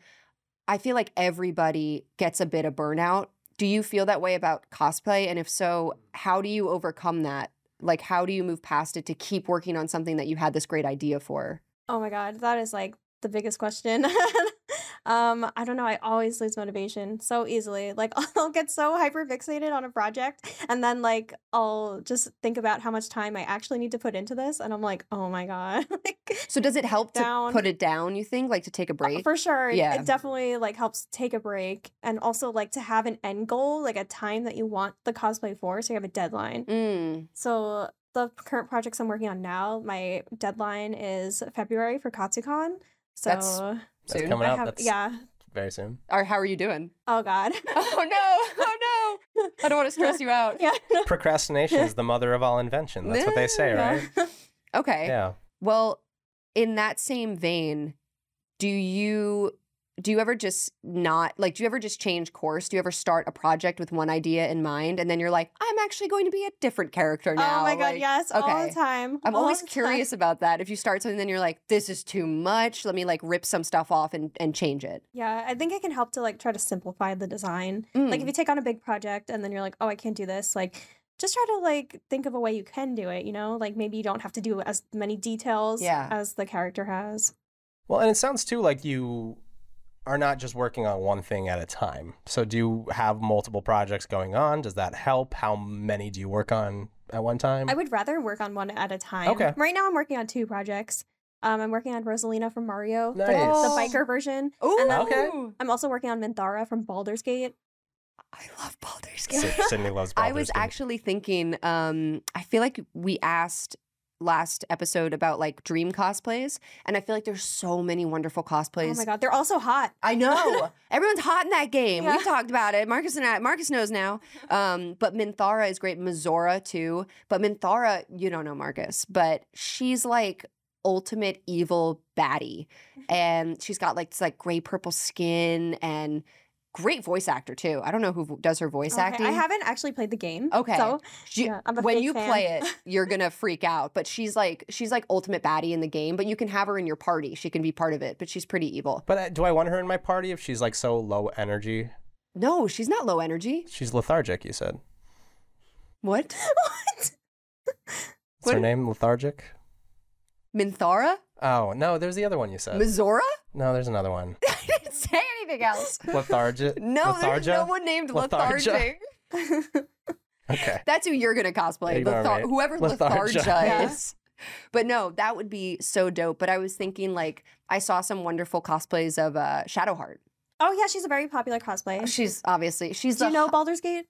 B: I feel like everybody gets a bit of burnout. Do you feel that way about cosplay? And if so, how do you overcome that? Like, how do you move past it to keep working on something that you had this great idea for?
C: Oh my god, that is like the biggest question. um, I don't know. I always lose motivation so easily. Like I'll get so hyper fixated on a project, and then like I'll just think about how much time I actually need to put into this, and I'm like, oh my god, like
B: So, does it help
C: Down. Uh,
B: to put it down, you think? Like, to take a break?
C: for sure.
B: Yeah.
C: it definitely like helps take a break, and also like to have an end goal, like a time that you want the cosplay for, so you have a deadline.
B: Mm.
C: So the current projects I'm working on now, my deadline is February for Katsucon. So
B: That's
A: that's
B: soon.
A: coming
C: I
A: up.
C: have,
A: that's
C: yeah.
A: very soon.
B: Or how are you doing?
C: Oh God.
B: Oh, no. Oh, no. I don't want to stress you out.
C: yeah. no.
A: Procrastination is the mother of all invention. That's what they say,
C: Yeah.
A: right?
B: Okay.
A: Yeah.
B: Well, in that same vein, do you do you ever just not like do you ever just change course? Do you ever start a project with one idea in mind and then you're like, I'm actually going to be a different character now?
C: oh my God.
B: Like,
C: yes. All
B: okay.
C: the time.
B: I'm
C: all
B: always
C: the time.
B: curious about that. If you start something, then you're like, this is too much. Let me like rip some stuff off and, and change it.
C: Yeah, I think it can help to like try to simplify the design. Like
B: Mm.
C: if you take on a big project and then you're like, oh, I can't do this. Like just try to like think of a way you can do it. You know, like maybe you don't have to do as many details
B: Yeah.
C: as the character has.
A: Well, and it sounds too like you are not just working on one thing at a time. So, do you have multiple projects going on? Does that help? How many do you work on at one time?
C: I would rather work on one at a time.
A: Hmm. Okay.
C: Right now, I'm working on two projects. Um, I'm working on Rosalina from Mario, the-
A: Nice.
C: the
B: Oh.
C: biker version.
B: Ooh,
C: and then-
A: Okay.
C: I'm also working on Minthara from Baldur's Gate.
B: I love Baldur's Gate.
A: Sy- Sydney loves.
B: I was
A: Baldur's Gate.
B: actually thinking, um, I feel like we asked last episode about like dream cosplays, and I feel like there's so many wonderful cosplays.
C: Oh my god, they're all so hot.
B: I know. Everyone's hot in that game.
C: Yeah.
B: We've talked about it. Marcus and I, Marcus knows now. Um, but Minthara is great. Mizora too. But Minthara, you don't know Marcus, but she's like ultimate evil baddie. And she's got like this like gray purple skin and great voice actor too. I don't know who vo- does her voice
C: Okay,
B: acting.
C: I haven't actually played the game.
B: Okay.
C: So
B: She-
C: Yeah, I'm a
B: when
C: fake
B: you
C: fan.
B: play it, you're gonna freak out. But she's like she's like ultimate baddie in the game. But you can have her in your party. She can be part of it. But she's pretty evil.
A: But uh, do I want her in my party if she's like so low energy?
B: No, she's not low energy.
A: She's lethargic. You said.
B: What?
C: what?
A: What's her
B: What-
A: name? Lethargic.
B: Minthara?
A: Oh no, there's the other one you said.
B: Mizora?
A: no, there's another one.
B: I didn't say anything else.
A: Lethargic.
B: No, there's no one named
A: Lethargia?
B: lethargic.
A: Okay.
B: That's who you're gonna cosplay.
A: You are
B: Lethar-
A: right.
B: Whoever
A: Lethargia.
B: Lethargia,
C: Yeah.
B: is. But no, that would be so dope. But I was thinking, like, I saw some wonderful cosplays of uh, Shadowheart.
C: Oh yeah, she's a very popular cosplay.
B: Uh, She's obviously she's
C: Do
B: the
C: you know Baldur's Gate?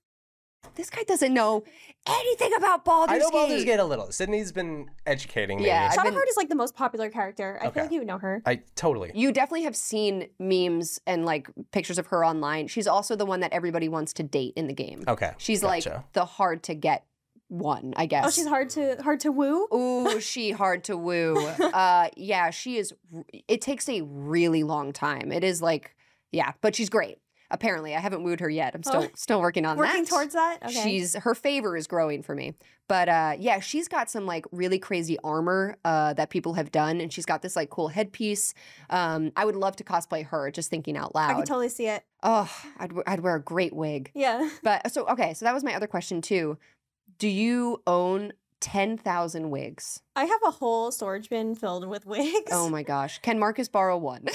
B: This guy doesn't know anything about Baldur's
A: I know
B: Gate.
A: Baldur's Gate a little. Sydney's been educating me.
B: Yeah, I've
C: Shadowheart
B: been-
C: is like the most popular character. I
A: Okay.
C: feel like you would know her.
A: I totally.
B: You definitely have seen memes and like pictures of her online. She's also the one that everybody wants to date in the game.
A: Okay.
B: She's
A: Oh, gotcha.
B: like the hard to get one, I guess.
C: Oh, she's hard to hard to woo.
B: Ooh, she hard to woo. Uh, yeah, she is. r- It takes a really long time. It is like, yeah, but she's great. Apparently, I haven't wooed her yet. I'm still
C: Oh.
B: still working on
C: Working
B: that.
C: towards that. Okay.
B: She's her favor is growing for me. But uh yeah, she's got some like really crazy armor uh that people have done and she's got this like cool headpiece. Um I would love to cosplay her just thinking out
C: I
B: loud.
C: can totally see it.
B: oh, I'd w- I'd wear a great wig.
C: Yeah.
B: But so okay, so that was my other question too. Do you own 10,000 wigs?
C: I have a whole storage bin filled with wigs.
B: Oh my gosh. Can Marcus borrow one?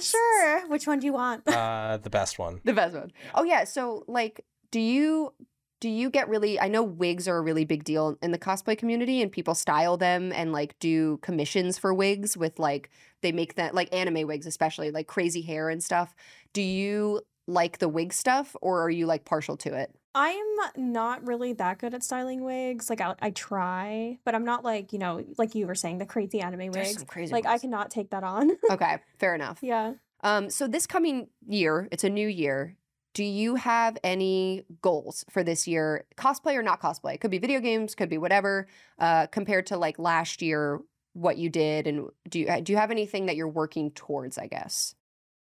C: Sure. Which one do you want?
A: uh, the best one.
B: the best one. Oh yeah, so like do you do you get really I know wigs are a really big deal in the cosplay community and people style them and like do commissions for wigs with like they make that like anime wigs especially like crazy hair and stuff. Do you like the wig stuff or are you like partial to it?
C: I'm not really that good at styling wigs. Like I, I try, but I'm not like you know, like you were saying, the crazy anime
B: There's
C: wigs.
B: some crazy
C: Like I
B: ones.
C: cannot take that on.
B: Okay, fair enough.
C: yeah.
B: Um, so this coming year, it's a new year. Do you have any goals for this year, cosplay or not cosplay? Could be video games, could be whatever. Uh, compared to like last year, what you did, and do you do you have anything that you're working towards? I guess.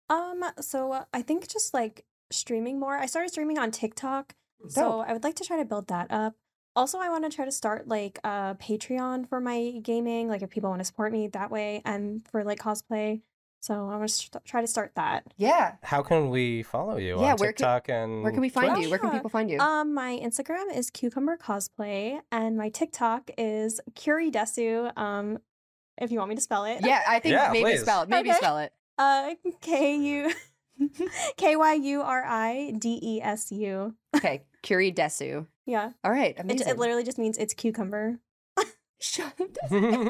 C: Um. So uh, I think just like streaming more. I started streaming on TikTok, so I would like to try to build that up. Also, I want to try to start like a Patreon for my gaming. Like if people want to support me that way, and for like cosplay. So I want to st- try to start that.
B: Yeah.
A: How can we follow you
B: Yeah,
A: on
B: where can-
A: TikTok and
B: Where can we find
A: Twitch?
B: you? Where can
C: Mm, Yeah.
B: people find you?
C: Um, my Instagram is cucumber cosplay, and my TikTok is Curie Desu. Um, if you want me to spell it,
B: yeah, I think
A: Yeah,
B: maybe
A: please.
B: spell it. Maybe
C: Okay.
B: spell it.
C: uh, K U K Y U R I D E S U.
B: Okay, Curie Desu.
C: Yeah,
B: All right,
C: it,
B: amazing.
C: it literally just means it's cucumber,
B: Shut-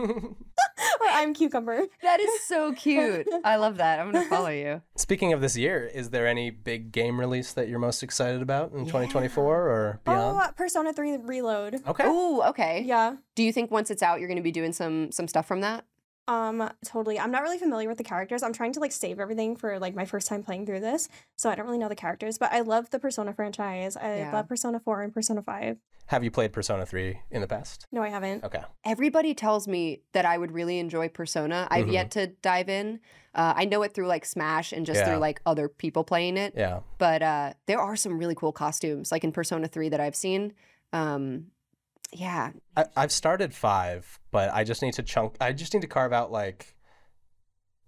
C: or I'm cucumber.
B: that is so cute. I love that. I'm gonna follow you.
A: Speaking of this year, is there any big game release that you're most excited about in 2024 or
B: Uh,
A: beyond?
C: Oh, Persona Three Reload.
A: okay.
B: Ooh, okay.
C: Yeah.
B: Do you think once it's out, you're going to be doing some some stuff from that?
C: Um, totally. I'm not really familiar with the characters. I'm trying to like save everything for like my first time playing through this, so I don't really know the characters. But I love the Persona franchise. I
B: Yeah.
C: love Persona Four and Persona Five.
A: Have you played Persona 3 in the past?
C: No, I haven't.
A: Okay.
B: Everybody tells me that I would really enjoy Persona. I've
A: Mhm.
B: yet to dive in. Uh, I know it through like Smash and just
A: Yeah.
B: through like other people playing it.
A: Yeah.
B: But uh, there are some really cool costumes, like in Persona Three that I've seen. Um, yeah,
A: I, I've started five, but I just need to chunk. I just need to carve out like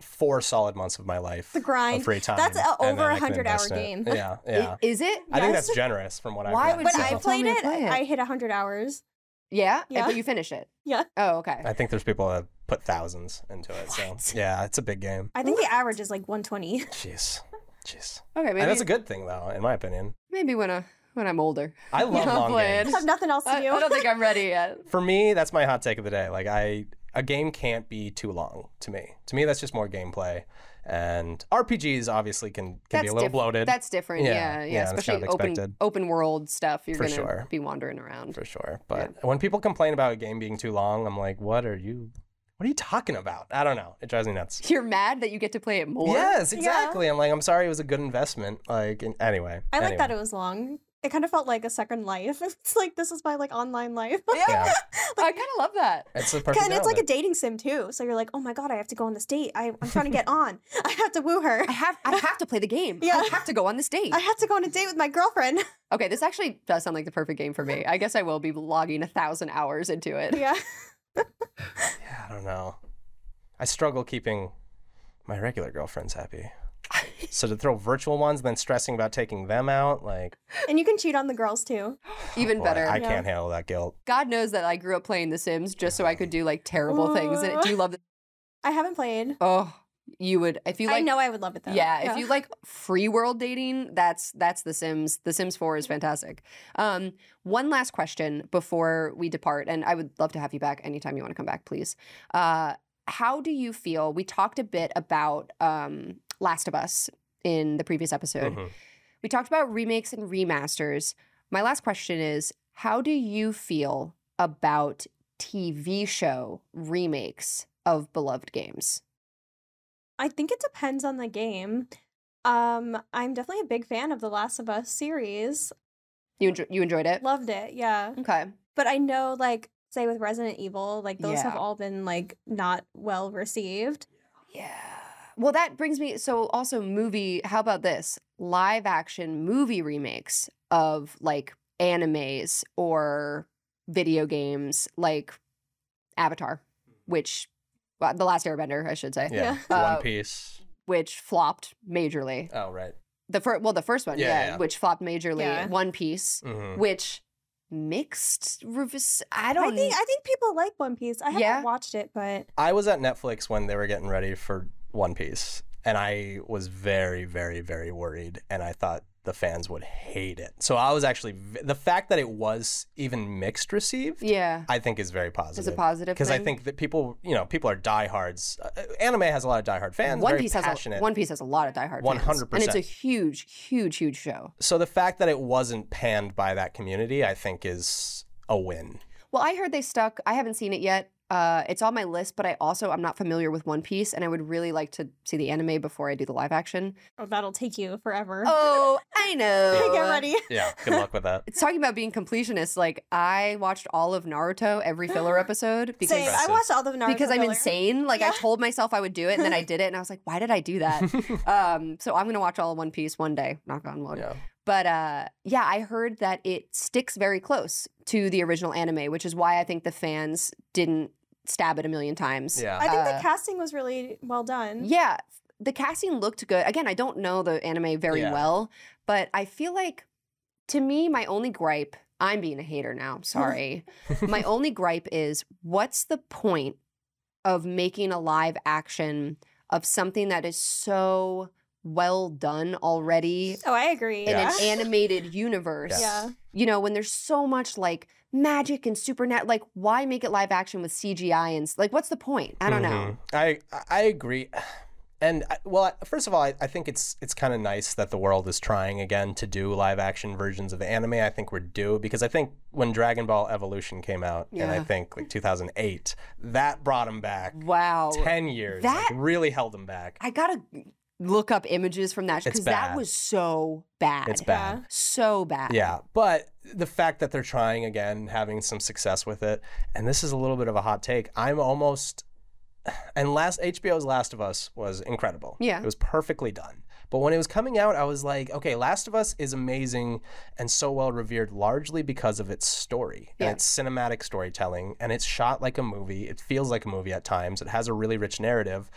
A: four solid months of my life.
C: The
A: Of
C: grind.
A: free time.
C: That's a-
A: and
C: over
A: then
C: a
A: I can
C: 100 hour
A: invest in it.
C: game.
A: Yeah,
B: I-
A: yeah.
B: is it?
A: I think
C: Yes.
A: that's generous from what I've
B: Why
A: heard,
B: would
C: When
B: So-
C: I
A: so-
B: Tell
C: played
B: me to
C: it,
B: play it.
C: I hit 100 hours.
B: Yeah,
C: Yeah.
B: but you finish it.
C: Yeah.
B: Oh, okay.
A: I think there's people that put thousands into it.
B: What?
A: So yeah, it's a big game.
C: I think the average is like 120.
A: Jeez, jeez.
B: Okay,
A: And that's
B: maybe
A: a good thing though, in my opinion.
B: maybe when I when I'm older.
A: I love
B: Yeah,
A: long
B: play it.
A: games.
C: I have nothing else to
B: I,
C: do.
B: I don't think I'm ready yet.
A: For me, that's my hot take of the day. Like I, a game can't be too long to me. To me, that's just more gameplay. And RPGs obviously can, can be
B: That's
A: a little
B: diff-
A: bloated.
B: That's different.
A: Yeah,
B: Yeah, yeah.
A: yeah, that's
B: Especially
A: kind of
B: open
A: expected.
B: open world stuff. You're
A: For
B: gonna
A: sure.
B: be wandering around.
A: for sure. But when people complain about a game being too long, I'm like, what are you? What are you talking about? I don't know. It drives me nuts.
B: You're mad that you get to play it more.
A: Yes,
C: Yeah.
A: exactly. I'm like, I'm sorry, it was a good investment. Like, and- anyway.
C: I like
A: anyway.
C: that it was long. It kind of felt like a second life. It's like this is my like online life.
A: Yeah,
B: I kind of love that.
A: it's the perfect.
C: and it's like a
A: outlet.
C: dating sim too. So you're like, oh my god, I have to go on this date. I, I'm trying to get on. I have to woo her.
B: I have I have to play the game.
C: Yeah.
B: I have to go on this date.
C: I have to go on a date with my girlfriend.
B: Okay, this actually does sound like the perfect game for me. I guess I will be logging a thousand hours into it.
C: yeah.
A: Yeah, I don't know. I struggle keeping my regular girlfriends happy. so to throw virtual ones, then stressing about taking them out, like
C: And you can cheat on the girls too.
B: Even
A: boy,
B: better.
A: I
C: Yeah.
A: can't handle that guilt.
B: God knows that I grew up playing The Sims just so I could do like terrible things. And do you love? The-
C: I haven't played.
B: oh, you would if you like.
C: I know I would love it though.
B: Yeah, if you like free world dating, that's that's The Sims. The Sims 4 is fantastic. Um, one last question before we depart, and I would love to have you back anytime you want to come back, please. Uh, how do you feel? We talked a bit about um, Last of Us in the previous episode.
A: Mhm.
B: We talked about remakes and remasters. My last question is how do you feel about TV show remakes of beloved games?
C: I think it depends on the game. Um, I'm definitely a big fan of the Last of Us series.
B: You enjo- you enjoyed it?
C: Loved it, yeah.
B: Okay.
C: But I know, like, say with Resident Evil, like those have
B: Yeah.
C: all been like not well received.
B: Yeah. Well, that brings me. So, also, movie. How about this? Live action movie remakes of like animes or video games like Avatar, which, well, The Last Airbender, I should say,
A: Yeah,
B: Yeah. Uh,
A: One Piece.
B: which flopped majorly.
A: Oh right.
B: The first, well, the first one, yeah,
A: Yeah, yeah.
B: which flopped majorly.
C: Yeah.
B: One Piece,
A: hmm
B: which mixed reviews. I don't
C: I think I think people like One Piece. I haven't
B: Yeah.
C: watched it, but
A: I was at Netflix when they were getting ready for One Piece, and I was very, very, very worried. And I thought the fans would hate it. So I was actually the fact that it was even mixed received.
B: Yeah.
A: I think is very positive.
B: It's a positive
A: because I
B: thing.
A: think that people, you know, people are diehards. Uh, anime has a lot of diehard fans.
B: One
A: very
B: Piece has
A: passionate.
B: a, One Piece has a lot of diehard fans, and it's
A: 100%.
B: a huge, huge, huge show.
A: So the fact that it wasn't panned by that community, I think, is a win.
B: Well, I heard they stuck. I haven't seen it yet. Uh, it's on my list, but I also I'm not familiar with One Piece, and I would really like to see the anime before I do the live action.
C: Oh, that'll take you forever.
B: Oh, I know.
C: Get ready.
A: Yeah. Good luck with that.
B: It's talking about being completionist. Like I watched all of Naruto, every filler episode, because
C: Same. I watched all the Naruto
B: because I'm
C: filler.
B: insane. Like I told myself I would do it, and then I did it, and I was like, why did I do that? um, so I'm gonna watch all of One Piece one day. Knock on wood.
A: Yeah.
B: But uh, yeah, I heard that it sticks very close to the original anime, which is why I think the fans didn't stab it a million times.
A: Yeah.
C: I think
B: Uh,
C: the casting was really well done.
B: Yeah, the casting looked good. Again, I don't know the anime very
A: Yeah.
B: well, but I feel like to me, my only gripe, I'm being a hater now, sorry. my only gripe is what's the point of making a live action of something that is so well done already
C: Oh, I agree.
B: in
A: Yeah.
B: an animated universe?
C: Yeah.
B: you know, when there's so much like magic and supernat, like why make it live action with CGI and s- like what's the point? I don't know.
A: Mhm. I I agree. And I, well, I- first of all, I, I think it's it's kind of nice that the world is trying again to do live action versions of anime. I think we're due because I think when Dragon Ball Evolution came out, and I
B: Yeah.
A: think like 2008, that brought him back
B: Wow.
A: ten years. like,
B: that-
A: really held him back.
B: I gotta look up images from that
A: It's
B: because that
A: bad.
B: was so bad.
A: it's bad.
B: So bad.
A: Yeah, but the fact that they're trying again, having some success with it, and this is a little bit of a hot take. I'm almost, and last HBO's Last of Us was incredible.
B: Yeah.
A: it was perfectly done. But when it was coming out, I was like, okay, Last of Us is amazing and so well revered largely because of its story and
B: Yeah.
A: its cinematic storytelling. And it's shot like a movie. It feels like a movie at times. It has a really rich narrative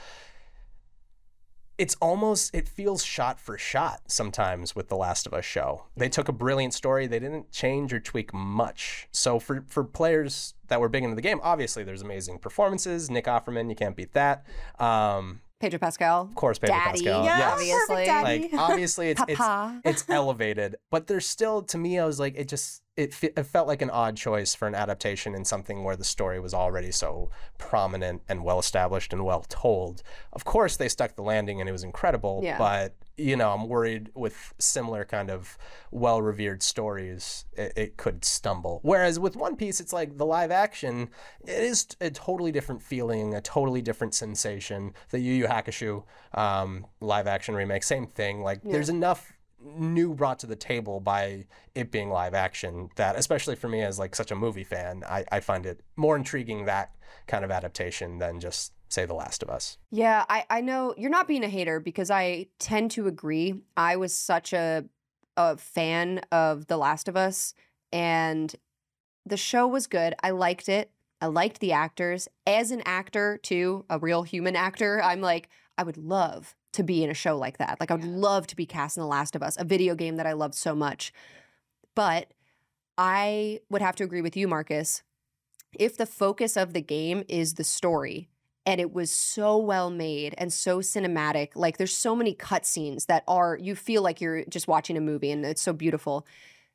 A: it's almost it feels shot for shot sometimes with the last of us show they took a brilliant story they didn't change or tweak much so for for players that were big into the game obviously there's amazing performances nick offerman you can't beat that um
B: Pedro Pascal.
A: of course pedro
B: Daddy.
A: pascal
C: Yeah,
A: yes.
B: Obviously.
C: perfect daddy.
A: like obviously it's it's
B: Papa.
A: it's elevated, but there's still to me I was like it just it, fe- it felt like an odd choice for an adaptation in something where the story was already so prominent and well established and well told. Of course they stuck the landing and it was incredible,
B: Yeah.
A: but you know, I'm worried with similar kind of well revered stories, it, it could stumble. Whereas with One Piece, it's like the live action, it is t- a totally different feeling, a totally different sensation. The Yu Yu Hakusho um, live action remake, same thing. Like there's enough new brought to the table by it being live action that especially for me as like such a movie fan I, I find it more intriguing that kind of adaptation than just say the last of us
B: Yeah, I, I know you're not being a hater because I tend to agree. I was such a a fan of The Last of Us and the show was good. I liked it. I liked the actors. As an actor, too, a real human actor, I'm like, I would love to be in a show like that. Like I would love to be cast in The Last of Us, a video game that I loved so much. But I would have to agree with you, Marcus. If the focus of the game is the story, and it was so well made and so cinematic. Like there's so many cutscenes that are you feel like you're just watching a movie and it's so beautiful.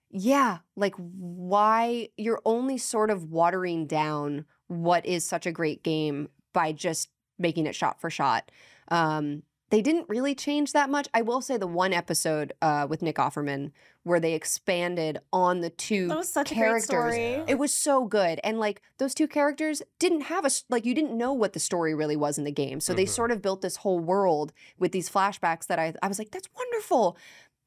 B: Yeah, like why you're only sort of watering down what is such a great game by just making it shot for shot. Um they didn't really change that much. I will say the one episode uh, with Nick Offerman where they expanded on the two
C: That was such
B: characters.
C: a great story.
A: Yeah.
B: It was so good. And like those two characters didn't have a, s- like, you didn't know what the story really was in the game. So they
A: Mhm.
B: sort of built this whole world with these flashbacks that I, I was like, that's wonderful.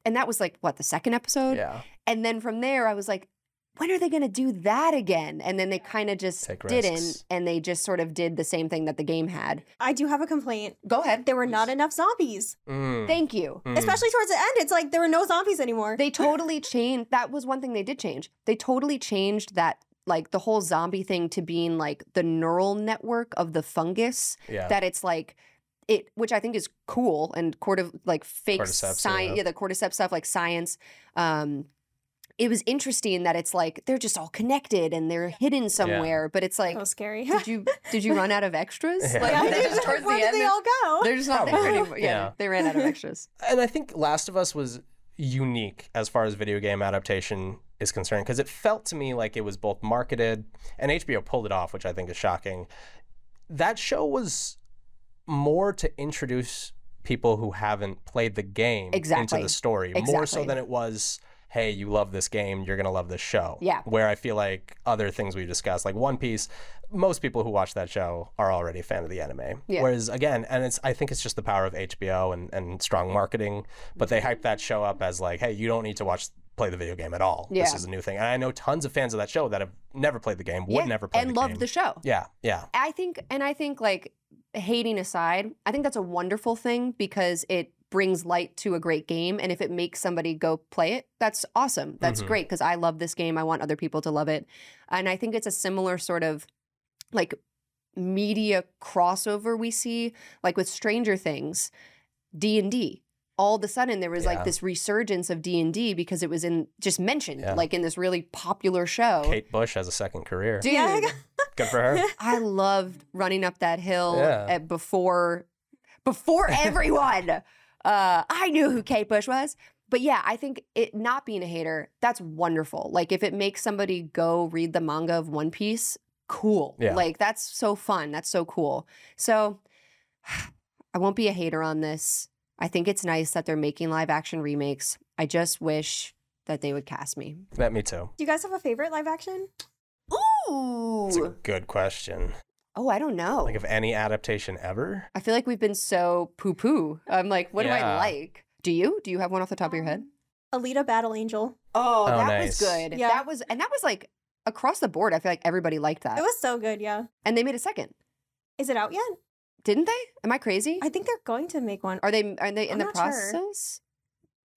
B: And that was like, what, the second episode?
A: yeah
B: And then from there, I was like, when are they going to do that again? And then they kind of just
A: Take
B: didn't.
A: risks.
B: And they just sort of did the same thing that the game had.
C: I do have a complaint.
B: Go ahead.
C: There were not enough zombies,
A: Mm,
B: Thank you.
A: mm.
C: especially towards the end. It's like there were no zombies anymore.
B: They totally changed. That was one thing they did change. They totally changed that, like the whole zombie thing to being like the neural network of the fungus.
A: yeah
B: That it's like it, which I think is cool and court of like fake
A: Cordyceps,
B: science.
A: yeah.
B: Yeah. the cordyceps stuff, like science. Um, it was interesting that it's like they're just all connected and they're hidden somewhere. But it's like,
C: that was scary.
B: did you did you run out of extras?
A: Yeah.
B: Like
A: Yeah,
C: I
B: they're
C: did.
B: just towards the
C: Where did
B: end.
C: they all go?
B: They're just not there
A: Probably.
B: anymore. Yeah,
A: Yeah.
B: they ran out of extras.
A: and I think Last of Us was unique as far as video game adaptation is concerned because it felt to me like it was both marketed and HBO pulled it off, which I think is shocking. That show was more to introduce people who haven't played the game
B: Exactly.
A: into the story, more so
B: Exactly.
A: than it was. Hey, you love this game, you're gonna love this show.
B: Yeah.
A: Where I feel like other things we've discussed, like One Piece, most people who watch that show are already a fan of the anime.
B: Yeah.
A: Whereas again, and it's I think it's just the power of HBO and, and strong marketing, but they hype that show up as like, hey, you don't need to watch play the video game at all. This
B: Yeah.
A: is a new thing. And I know tons of fans of that show that have never played the game, would
B: Yeah,
A: never play
B: and
A: the
B: loved
A: game.
B: the show.
A: yeah, yeah.
B: I think, and I think like hating aside, I think that's a wonderful thing because it brings light to a great game. And if it makes somebody go play it, that's awesome. That's
A: Mhm.
B: great because I love this game. I want other people to love it. And I think it's a similar sort of like media crossover we see like with Stranger Things, D&D. All of a sudden there was
A: Yeah.
B: like this resurgence of D&D because it was in just mentioned
A: Yeah.
B: like in this really popular show.
A: Kate Bush has a second career.
B: Oh. Dude,
C: Yeah, I got-
A: Good for her.
B: I loved running up that hill
A: Yeah.
B: at before before everyone. uh, I knew who Kate Bush was. But yeah, I think it not being a hater, that's wonderful. Like if it makes somebody go read the manga of One Piece, cool.
A: Yeah.
B: Like that's so fun. That's so cool. So I won't be a hater on this. I think it's nice that they're making live action remakes. I just wish that they would cast me.
A: Met me too.
C: Do you guys have a favorite live action?
B: Ooh.
A: It's a good question.
B: Oh, I don't know.
A: Like of any adaptation ever.
B: I feel like we've been so poo poo. I'm like, what do I
A: Yeah.
B: like? Do you? Do you have one off the top of your head?
C: Um, Alita Battle Angel.
B: Oh, that
A: nice.
B: was good.
C: Yeah.
B: That was, and that was like across the board. I feel like everybody liked that.
C: It was so good, yeah.
B: and they made a second,
C: Is it out yet?
B: didn't they? Am I crazy?
C: I think they're going to make one.
B: are they are they in
C: I'm
B: the
C: not sure.
B: process?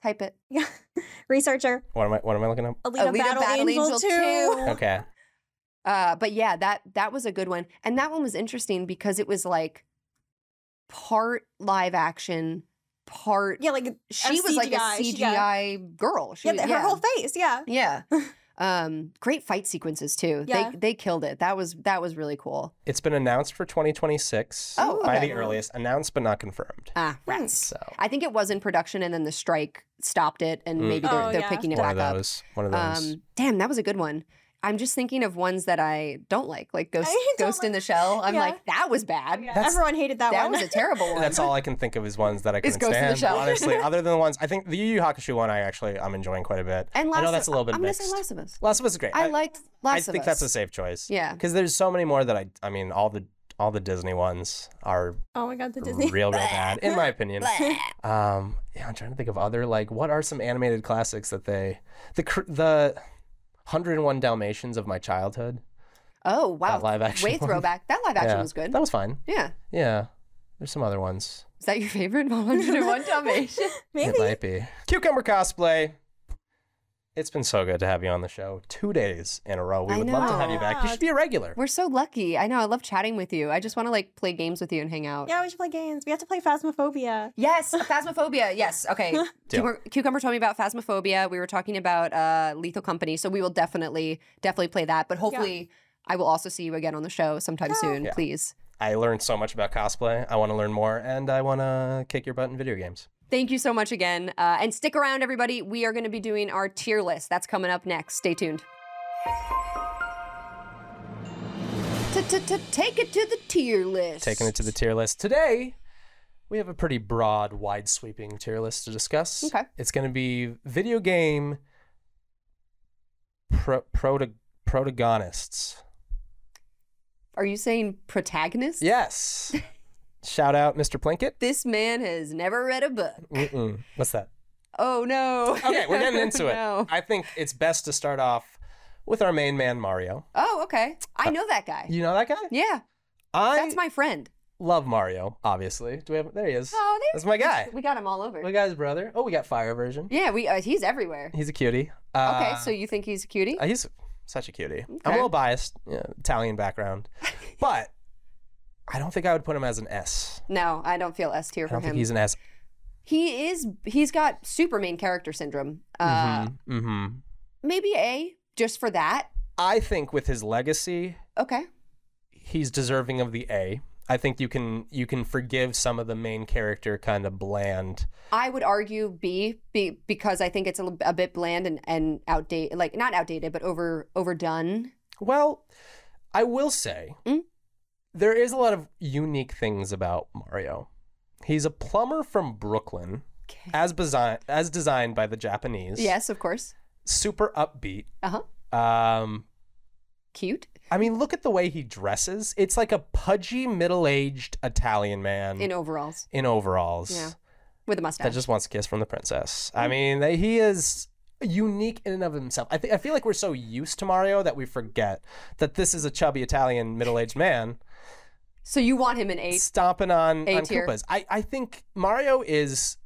B: Type it.
C: Yeah. Researcher.
A: What am I what am I looking up?
C: Alita, Battle, Angel, 2.
A: Okay.
B: Uh, but yeah, that that was a good one, and that one was interesting because it was like part live action, part.
C: Yeah, like
B: she was like a
C: CGI, she-
B: CGI girl. She
C: yeah,
B: was-
C: th- her whole face, yeah.
B: Yeah. Um, great fight sequences too.
C: Yeah.
B: They they killed it. That was that was really cool.
A: It's been announced for 2026
B: Oh,
A: by
B: okay.
A: the earliest. Announced but not confirmed.
B: Ah,
C: Hmm.
B: rats.
A: So
B: I think it was in production and then the strike stopped it and
A: Mm.
B: maybe they're,
C: Oh,
B: they're
C: yeah.
B: picking it
A: one
B: back
A: of
B: up.
A: those. One of those.
B: Um, damn, that was a good one. I'm just thinking of ones that I don't like, like Ghost
C: I don't
B: Ghost in the
C: like-
B: Shell. I'm
C: Yeah.
B: like, that was bad.
C: Yeah,
A: That's-
C: Everyone hated that,
B: That
C: one.
B: was a terrible one.
A: That's all I can think of is ones that I
B: It's
A: couldn't
B: Ghost in the
A: stand.
B: Shell.
A: Honestly, other than the ones I think the Yu Yu Hakusho one, I actually I'm enjoying quite a bit.
B: And Last
A: I know
B: of-
A: that's a little bit
B: I'm
A: mixed.
B: gonna say Last of Us.
A: Last of Us is great.
B: I, liked
A: I
B: Last of Us.
A: think that's a safe choice.
B: Yeah.
A: Because there's so many more that I I mean all the all the Disney ones are
C: oh my god, the
A: real
C: Disney.
A: real bad in my opinion. um, yeah, I'm trying to think of other like what are some animated classics that they the cr- the 101 Dalmatians of my childhood.
B: Oh wow.
A: That live action
B: Way
A: one.
B: throwback. That live action
A: Yeah,
B: was good.
A: That was fine.
B: yeah.
A: Yeah. There's some other ones.
B: Is that your favorite 101 Dalmatian?
A: It
C: Maybe.
A: might be. Cucumber cosplay. It's been so good to have you on the show. Two days in a row. We
B: I
A: would love to
B: know.
A: have you back. You
C: Yeah.
A: should be a regular.
B: We're so lucky. I know. I love chatting with you. I just want to like play games with you and hang out.
C: Yeah, we should play games. We have to play Phasmophobia.
B: Yes, Phasmophobia. Yes. Okay.
A: Deal.
B: Cucumber, Cucumber told me about Phasmophobia. We were talking about uh, Lethal Company, so we will definitely, definitely play that. But hopefully, I will also see you again on the show sometime soon.
A: Yeah.
B: Please.
A: I learned so much about cosplay. I want to learn more and I want to kick your butt in video games.
B: Thank you so much again, uh, and stick around, everybody. We are going to be doing our tier list. That's coming up next. Stay tuned. Take it to the tier list.
A: Taking it to the tier list. Today, we have a pretty broad, wide sweeping tier list to discuss.
B: Okay.
A: It's going to be video game pro- prota- protagonists.
B: Are you saying protagonist?
A: Yes. Shout out Mr. Plinkett.
B: This man has never read a book.
A: Mm-mm. What's that?
B: Oh no.
A: Okay, we're getting into it.
B: No.
A: I think it's best to start off with our main man, Mario.
B: Oh, okay. I know that guy.
A: You know that guy?
B: Yeah,
A: I
B: that's my friend.
A: love Mario, obviously. Do we have there he is.
B: Oh, there-
A: That's my guy.
B: We got him all over.
A: My guy's brother. Oh, we got fire version.
B: Yeah, we. Uh, he's everywhere.
A: He's a cutie.
B: Okay,
A: Uh,
B: so you think he's a cutie?
A: Uh, He's such a cutie. I'm
B: Okay.
A: a little biased, yeah, Italian background, but I don't think I would put him as an S.
B: no, I don't feel S tier
A: I
B: for
A: don't
B: him.
A: think he's an S.
B: He is. He's got super main character syndrome. Uh,
A: hmm
B: Maybe A, just for that.
A: I think with his legacy,
B: Okay.
A: he's deserving of the A. I think you can you can forgive some of the main character kind of bland.
B: I would argue B, B because I think it's a, li- a bit bland and, and outdated, like not outdated, but over overdone.
A: Well, I will say
B: Mm.
A: there is a lot of unique things about Mario. He's a plumber from Brooklyn,
B: Okay.
A: as design as designed by the Japanese.
B: Yes, of course.
A: super upbeat.
B: Uh huh.
A: Um,
B: Cute
A: I mean, look at the way he dresses. It's like a pudgy middle-aged Italian man
B: in overalls
A: in overalls.
B: Yeah. Mm. with
A: Mm. that
B: a mustache.
A: just wants a kiss from the princess. I mean, they, he is unique in and of himself. I think I feel like we're so used to Mario that we forget that this is a chubby Italian middle-aged man
B: so you want him in A?
A: stomping on
B: A
A: on
B: tier.
A: Koopas. I I think Mario is.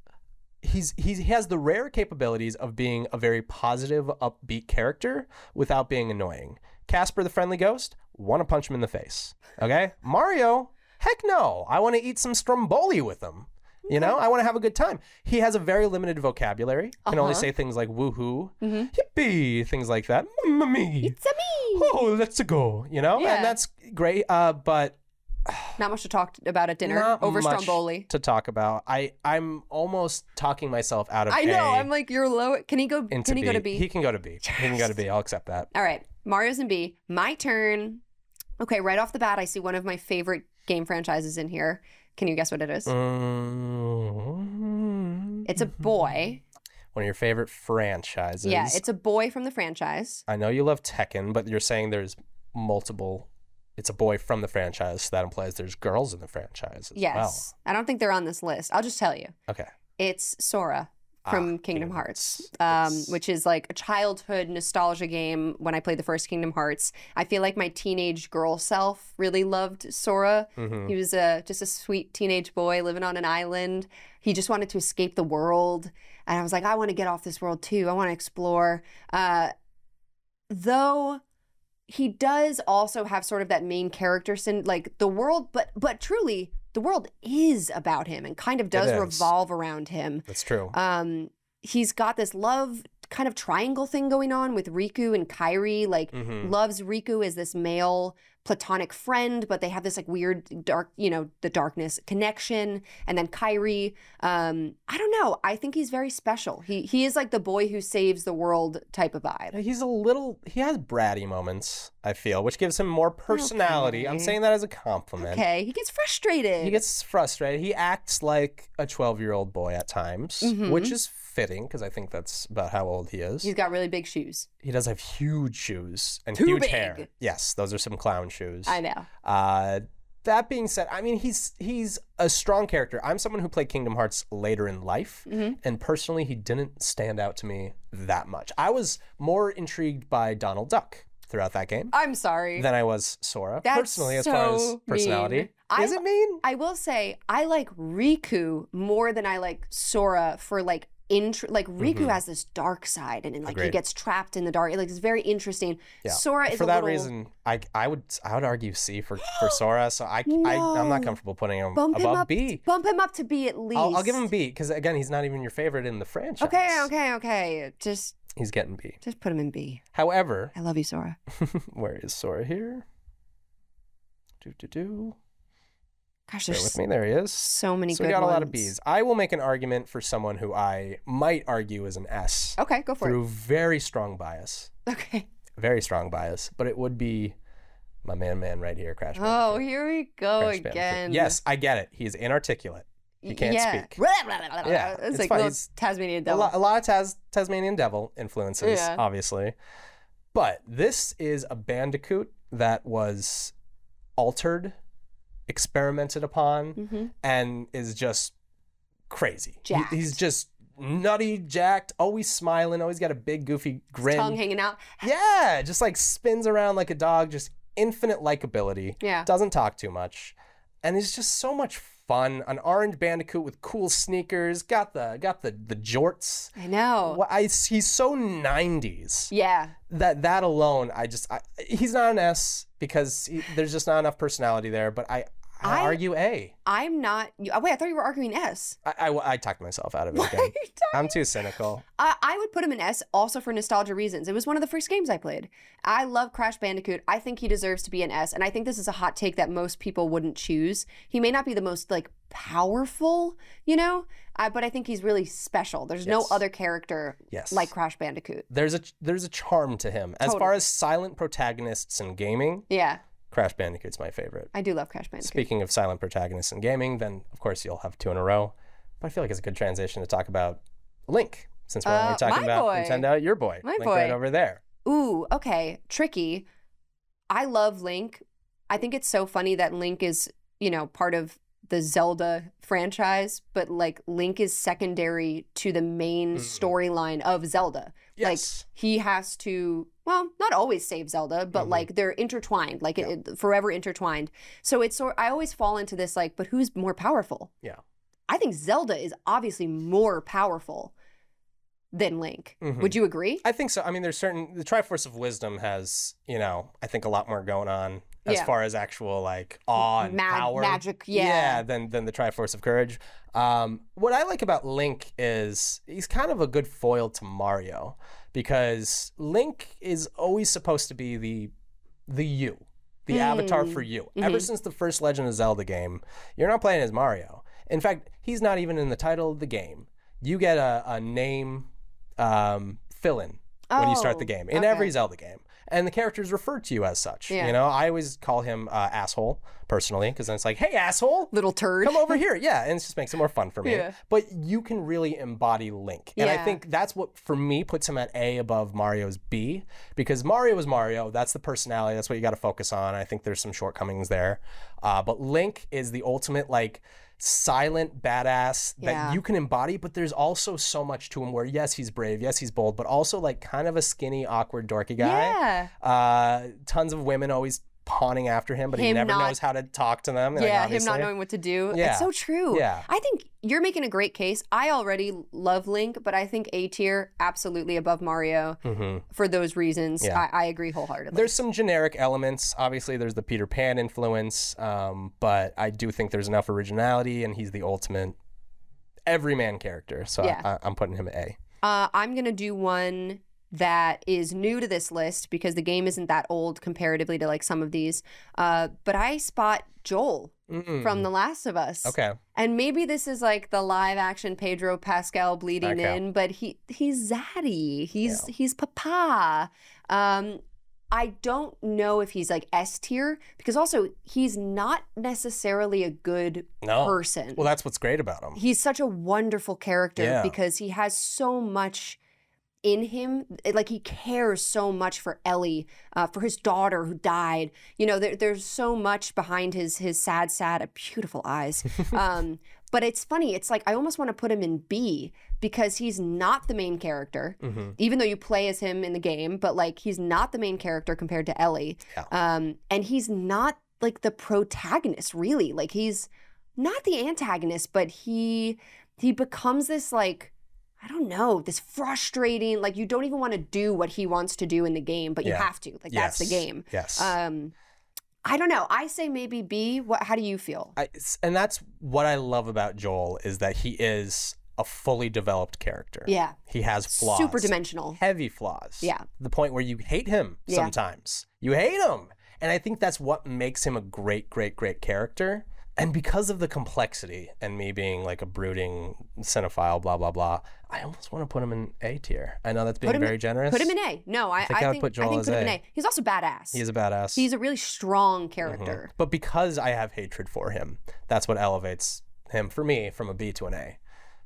A: He's, he's, he has the rare capabilities of being a very positive, upbeat character without being annoying. Casper the Friendly Ghost, want to punch him in the face. Okay? Mario, heck no. I want to eat some stromboli with him. You know, I want to have a good time. He has a very limited vocabulary. Can only
B: Uh-huh.
A: say things like woohoo,
B: Mhm.
A: yippee, things like that. Mamma mia.
B: It's a me.
A: Oh, let's go. You know,
B: Yeah.
A: and that's great. Uh, but
B: Not much to talk about at dinner
A: not
B: over
A: much
B: Stromboli.
A: to talk about. I I'm almost talking myself out of.
B: I know.
A: A
B: i I'm like you're low. Can he go?
A: into
B: Can he go to B?
A: He can go to B. He can go to B. I'll accept that.
B: All right, Mario's in B. My turn. Okay, right off the bat, I see one of my favorite game franchises in here. Can you guess what it is?
A: Mm-hmm. Mm.
B: It's a boy.
A: One of your favorite franchises.
B: Yeah, it's a boy from the franchise.
A: I know you love Tekken, but you're saying there's multiple. It's a boy from the franchise, so that implies there's girls in the franchise as
B: Yes. I don't think they're on this list. I'll just tell you.
A: well. Okay. Ah,
B: It's Sora from Kingdom Hearts,
A: Yes.
B: um, which is like a childhood nostalgia game when I played the first Kingdom Hearts. I feel like my teenage girl self really loved Sora.
A: Mhm.
B: He was a, just a sweet teenage boy living on an island. He just wanted to escape the world. And I was like, I want to get off this world too. I want to explore. Uh, though he does also have sort of that main character sin like the world but but truly the world is about him and kind of does
A: is.
B: revolve around him
A: That's true.
B: um, he's got this love kind of triangle thing going on with Riku and Kairi. Like,
A: Mhm.
B: loves Riku as this male platonic friend, but they have this like weird dark, you know, the darkness connection. And then Kairi, um, I don't know. I think he's very special. He he is like the boy who saves the world type of vibe.
A: Yeah, He's a little. He has bratty moments. I feel, which gives him more personality. I'm
B: Okay.
A: saying that as a compliment.
B: Okay, he gets frustrated.
A: He gets frustrated. He acts like a 12 year old boy at times,
B: Mhm.
A: which is fitting because I think that's about how old he is.
B: He's got really big shoes.
A: he does have huge shoes and
B: Too
A: huge
B: big.
A: hair. Yes, those are some clown shoes.
B: I know.
A: Uh, that being said, I mean he's he's a strong character. I'm someone who played Kingdom Hearts later in life,
B: Mhm.
A: and personally, he didn't stand out to me that much. I was more intrigued by Donald Duck throughout that game
B: I'm sorry.
A: than I was Sora.
B: That's
A: personally, as far as
B: so
A: personality,
B: mean. I-
A: is it mean?
B: I will say I like Riku more than I like Sora for like intro. Like Riku
A: Mhm.
B: has this dark side, and, then like he
A: Agreed.
B: gets trapped in the dark. Like it's very interesting.
A: Yeah.
B: Sora is
A: for
B: a
A: that
B: little,
A: reason, I I would I would argue C for for Sora. So I, I I'm not
B: No.
A: comfortable putting him
B: Bump him
A: above
B: up.
A: B.
B: Bump him up to B at least.
A: I'll, I'll give him B because again, he's not even your favorite in the franchise.
B: Okay, okay, okay. Just
A: He's getting B.
B: just put him in B.
A: However,
B: I love you, Sora.
A: where is Sora here? Do do do.
B: Gosh,
A: Bear
B: there's
A: with me. There he is.
B: so many
A: so
B: good
A: we got a lot of
B: ones.
A: B's. I will make an argument for someone who I might argue is an S
B: Okay, go for
A: through very strong bias,
B: it. Okay.
A: very strong bias, but it would be my man, man, right here, Crash.
B: Oh,
A: Bandicoot.
B: here we go
A: Crash Bandicoot.
B: again.
A: Yes, I get it. He's inarticulate. He can't
B: yeah.
A: speak.
B: Yeah, it's,
A: it's
B: like
A: fine.
B: little
A: It's-
B: Tasmanian
A: a
B: devil.
A: lot, a lot of Tas- Tasmanian devil influences,
B: Yeah.
A: obviously. But this is a bandicoot that was altered, experimented upon,
B: Mhm.
A: and is just crazy. He-
B: Jacked.
A: he's just nutty, jacked, always smiling, always got a big goofy grin.
B: Tongue hanging out.
A: yeah, just like spins around like a dog, just infinite likability.
B: Yeah.
A: Doesn't talk too much. And it's just so much fun. An orange bandicoot with cool sneakers, got the got the the jorts.
B: I know.
A: Well, I, he's so 90s
B: Yeah.
A: that that alone, I just, I, he's not an S because he, there's just not enough personality there. But I, I,
B: I-
A: argue A.
B: I'm not. you- oh, Wait, I thought you were arguing S.
A: I, I, I talked myself out of it
B: What?
A: again. I'm too cynical.
B: I, I would put him in S also for nostalgia reasons. It was one of the first games I played. I love Crash Bandicoot. I think he deserves to be an S, and I think this is a hot take that most people wouldn't choose. He may not be the most like powerful, you know, uh, but I think he's really special. There's no
A: Yes.
B: other character
A: Yes.
B: like Crash Bandicoot.
A: there's a there's a charm to him. As far
B: Totally.
A: as silent protagonists in gaming,
B: Yeah,
A: Crash Bandicoot's my favorite.
B: I do love Crash Bandicoot.
A: Speaking of silent protagonists in gaming, then of course you'll have two in a row. But I feel like it's a good transition to talk about Link, since we're
B: Uh,
A: only talking
B: my
A: about
B: boy.
A: Nintendo. Your boy,
B: My
A: Link, right
B: boy.
A: over there.
B: Ooh, okay, tricky. I love Link. I think it's so funny that Link is, you know, part of the Zelda franchise, but like Link is secondary to the main
A: Mm.
B: storyline of Zelda.
A: Yes,
B: Like he has to, well, not always save Zelda, but
A: Mhm.
B: like they're intertwined, like it, it- forever intertwined. So it's sort. I always fall into this like, but who's more powerful?
A: Yeah.
B: I think Zelda is obviously more powerful than Link.
A: Mhm.
B: Would you agree?
A: I think so. I mean, there's certain the Triforce of Wisdom has you know I think a lot more going on as
B: Yeah.
A: far as actual like awe and
B: Mag-
A: power.
B: magic, yeah.
A: than than the Triforce of Courage. Um, what I like about Link is he's kind of a good foil to Mario because Link is always supposed to be the the you, the avatar
B: Mm.
A: for you. Ever since the first Legend of Zelda game, you're not playing as Mario. In fact, he's not even in the title of the game. You get a, a name um, fill in when you start the
B: Oh,
A: game in
B: okay.
A: every Zelda game. And the character is referred to you as such.
B: Yeah.
A: You know, I always call him uh, asshole personally because then it's like, hey, asshole,
B: Little turd.
A: come over here. Yeah, and it just makes it more fun for me.
B: Yeah.
A: But you can really embody Link. And I
B: Yeah.
A: think that's what, for me, puts him at A above Mario's B because Mario is Mario. That's the personality. That's what you got to focus on. I think there's some shortcomings there. Uh, but Link is the ultimate, like, silent badass that
B: Yeah.
A: you can embody but there's also so much to him where yes he's brave yes he's bold but also like kind of a skinny awkward dorky guy
B: Yeah.
A: uh tons of women always pawning after him but he
B: Him
A: never
B: not-
A: knows how to talk to them like,
B: yeah, him
A: obviously.
B: not knowing what to do.
A: Yeah.
B: It's so true.
A: Yeah.
B: I think you're making a great case. I already love Link, but I think A tier absolutely above Mario
A: Mhm.
B: for those reasons.
A: Yeah.
B: I, I agree wholeheartedly.
A: There's some generic elements. Obviously, there's the Peter Pan influence, um, but I do think there's enough originality, and he's the ultimate everyman character. So
B: Yeah.
A: I, I, am putting him at A.
B: Uh, I'm going to do one that is new to this list because the game isn't that old comparatively to like some of these. Uh, but I spot Joel
A: Mm-mm.
B: from The Last of Us.
A: Hmm. okay,
B: And maybe this is like the live action Pedro Pascal bleeding
A: Okay.
B: in, but he he's zaddy. He's he's papa. Um I don't know if he's like S tier because also he's not necessarily a good
A: no.
B: person.
A: Well, that's what's great about him.
B: he's such a wonderful character
A: Yeah.
B: because he has so much in him It- like he cares so much for Ellie uh, for his daughter who died you know there, there's so much behind his his sad sad beautiful eyes um but it's funny it's like I almost want to put him in B because he's not the main character
A: hmm
B: even though you play as him in the game but like he's not the main character compared to Ellie
A: Yeah.
B: um and he's not like the protagonist really like he's not the antagonist but he he becomes this like I don't know, this frustrating, like you don't even want to do what he wants to do in the game, but you
A: Yeah.
B: have to. Like that's the
A: Yes.
B: game.
A: Yes.
B: Um I don't know. I say maybe B. What how do you feel?
A: I, it's- and that's what I love about Joel is that he is a fully developed character.
B: yeah.
A: He has flaws.
B: Super dimensional.
A: heavy flaws.
B: Yeah.
A: The point where you hate him
B: Yeah.
A: sometimes. You hate him. And I think that's what makes him a great, great, great character. And because of the complexity and me being like a brooding cinephile, blah, blah, blah, I almost want to put him in A tier. I know that's being
B: him
A: very
B: in-
A: generous.
B: Put him in A. No, I, I
A: think
B: think
A: I
B: I,
A: would
B: think,
A: put Joel as
B: put him in
A: A.
B: A. He's also badass.
A: He's a badass.
B: He's a really strong character.
A: but because I have hatred for him, that's what elevates him for me from a B to an A.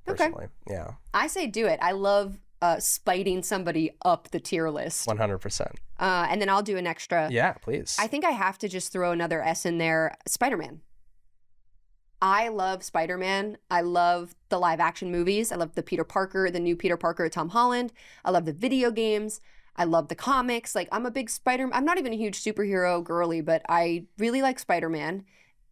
B: Okay.
A: Personally. Yeah.
B: I say do it. I love uh, spiting somebody up the tier list.
A: One hundred percent.
B: Uh, and then I'll do an extra.
A: Yeah, please.
B: I think I have to just throw another S in there. Spider Man. I love Spider Man. I love the live action movies. I love the Peter Parker, the new Peter Parker, Tom Holland. I love the video games. I love the comics. Like, I'm a big Spider I'm not even a huge superhero girly, but I really like Spider Man.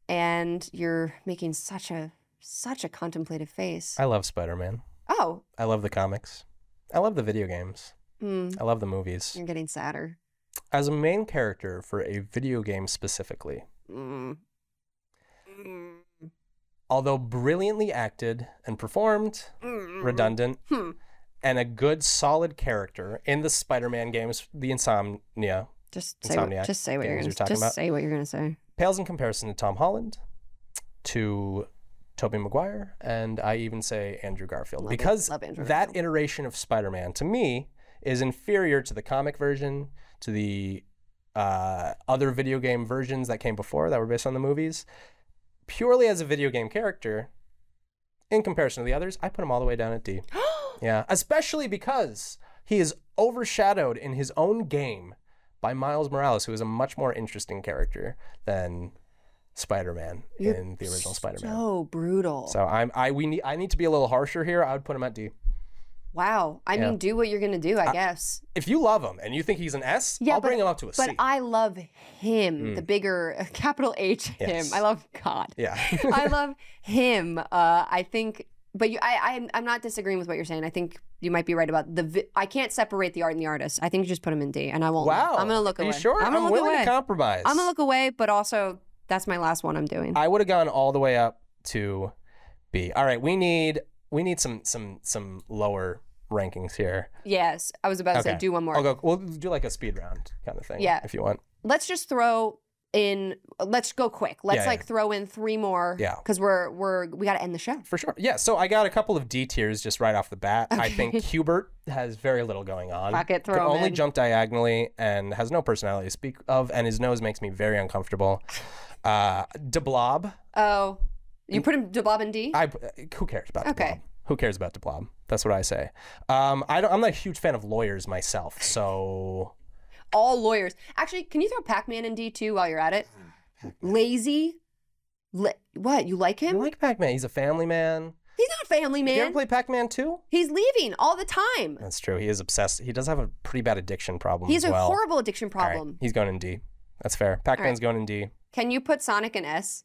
B: And you're making such a such a contemplative face.
A: I love Spider Man.
B: oh,
A: I love the comics. I love the video games.
B: hmm,
A: I love the movies.
B: you're getting sadder.
A: As a main character for a video game specifically,
B: Mm.
A: Although brilliantly acted and performed, redundant,
B: Hmm.
A: and a good solid character in the Spider-Man games, the Insomnia
B: Just say what,
A: Insomniac
B: just say what you're
A: games
B: gonna
A: you're talking
B: just
A: about.
B: say what you're gonna say.
A: pales in comparison to Tom Holland, to Tobey Maguire, and I even say Andrew Garfield
B: Love it.
A: because
B: Love Andrew
A: that
B: Garfield.
A: iteration of Spider-Man to me is inferior to the comic version, to the uh, other video game versions that came before that were based on the movies. Purely as a video game character, in comparison to the others, I put him all the way down at D. Yeah, especially because he is overshadowed in his own game by Miles Morales, who is a much more interesting character than Spider-Man
B: You're
A: in the original Spider-Man.
B: So brutal.
A: So, I'm I we need I need to be a little harsher here. I would put him at D.
B: wow. I
A: Yeah. Uh,
B: mean, do what you're gonna do, I guess.
A: If you love him and you think he's an S,
B: Yeah,
A: I'll
B: but-
A: bring him up to a C.
B: But I love him, the bigger capital H him.
A: Mm. Yes.
B: I love God.
A: yeah.
B: I love him. Uh, I think, but you, I, I'm, I'm not disagreeing with what you're saying. I think you might be right about the. Vi- I can't separate the art and the artist. I think you just put him in D, and I won't.
A: wow.
B: I'm gonna look
A: Are
B: away.
A: You sure?
B: I'm gonna look
A: willing
B: away.
A: to compromise.
B: I'm gonna look away, but also that's my last one I'm doing.
A: I would have gone all the way up to B. All right, we need we need some some some lower rankings here.
B: yes, I was about to
A: Okay.
B: say do one more.
A: I'll go. We'll do like a speed round kind of thing.
B: Yeah.
A: If you want.
B: Let's just throw in. Let's go quick. Let's
A: Yeah,
B: like throw in three more.
A: Yeah.
B: because we're we're we gotta end the show.
A: For sure. Yeah. So I got a couple of D tiers just right off the bat. I think
B: Okay.
A: Hubert has very little going on.
B: Fuck it, throw
A: Can
B: him
A: only
B: in.
A: jump diagonally and has no personality to speak of, and his nose makes me very uncomfortable. Uh, De Blob.
B: Oh, you put him to Bob and D.
A: Mm. I who cares about
B: Okay.
A: De Blob? Who cares about De Blob? That's what I say. Um, I don't, I'm not a huge fan of lawyers myself, so
B: all lawyers. Actually, can you throw Pac-Man in D two while you're at it? Lazy. La- what you like
A: I
B: him?
A: like Pac-Man. He's a family man.
B: He's not family
A: Did you ever
B: man.
A: play Pac-Man 2?
B: He's leaving all the time.
A: That's true. He is obsessed. He does have a pretty bad addiction problem.
B: He has
A: as
B: a
A: well.
B: horrible addiction
A: All right,
B: problem.
A: He's going in D. That's fair. Pac-Man's going in D.
B: Can you put Sonic in S?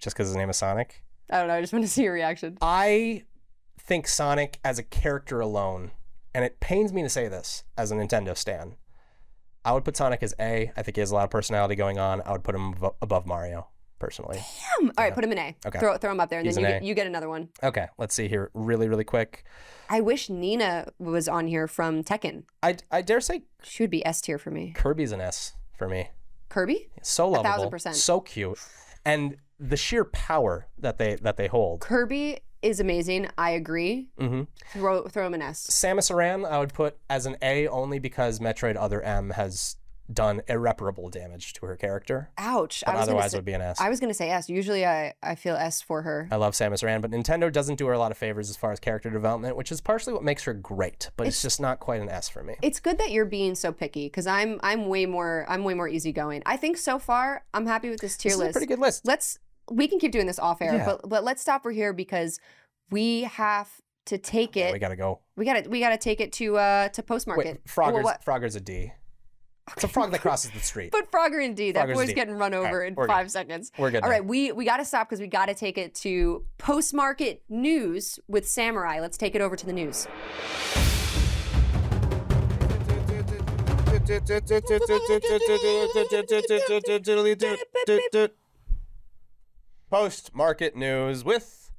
A: just because his name is Sonic.
B: I don't know. I just want to see your reaction.
A: I think Sonic as a character alone, and it pains me to say this as a Nintendo stan, I would put Sonic as A. I think he has a lot of personality going on. I would put him abo- above Mario, personally.
B: Damn. All right, put him in A.
A: Okay.
B: Throw throw him up there, and
A: He's
B: then you
A: an
B: get,
A: A.
B: you get another one.
A: Okay, let's see here, really, really quick.
B: I wish Nina was on here from Tekken.
A: I, I dare say
B: She would be S tier for me.
A: Kirby's an S for me.
B: Kirby.
A: So
B: thousand
A: lovable,
B: percent.
A: so cute, and the sheer power that they that they hold.
B: Kirby is amazing. I agree.
A: hmm
B: Throw throw him in S.
A: Samus Aran, I would put as an A only because Metroid Other M has done irreparable damage to her character.
B: Ouch.
A: But
B: I was gonna
A: otherwise,
B: say-
A: it would be an S.
B: I was gonna say S. Usually, I, I feel S for her.
A: I love Samus Aran, but Nintendo doesn't do her a lot of favors as far as character development, which is partially what makes her great. But it's, just not quite an S for me.
B: It's good that you're being so picky because I'm I'm way more I'm way more easygoing. I think so far I'm happy with this tier
A: This is a
B: list.
A: pretty good list.
B: Let's we can keep doing this off air,
A: Yeah.
B: but but let's stop for here because we have to take
A: Yeah,
B: it.
A: we gotta go.
B: we got to we got to take it to uh to post market.
A: Wait, Frogger's
B: what?
A: Frogger's a D. It's a frog that crosses the street.
B: But Frogger and D, that
A: Frogger's
B: boy's
A: D.
B: getting run
A: right,
B: over in
A: we're good.
B: five seconds.
A: We're good.
B: All
A: now.
B: right, we we got to stop because we got to take it to post market news with Samurai. Let's take it over to the news.
A: Post market news with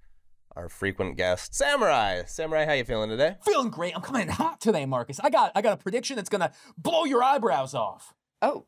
A: our frequent guest, Samurai. Samurai, how you feeling today?
D: feeling great. I'm coming in hot today, Marcus. I got I got a prediction that's gonna blow your eyebrows off.
B: Oh,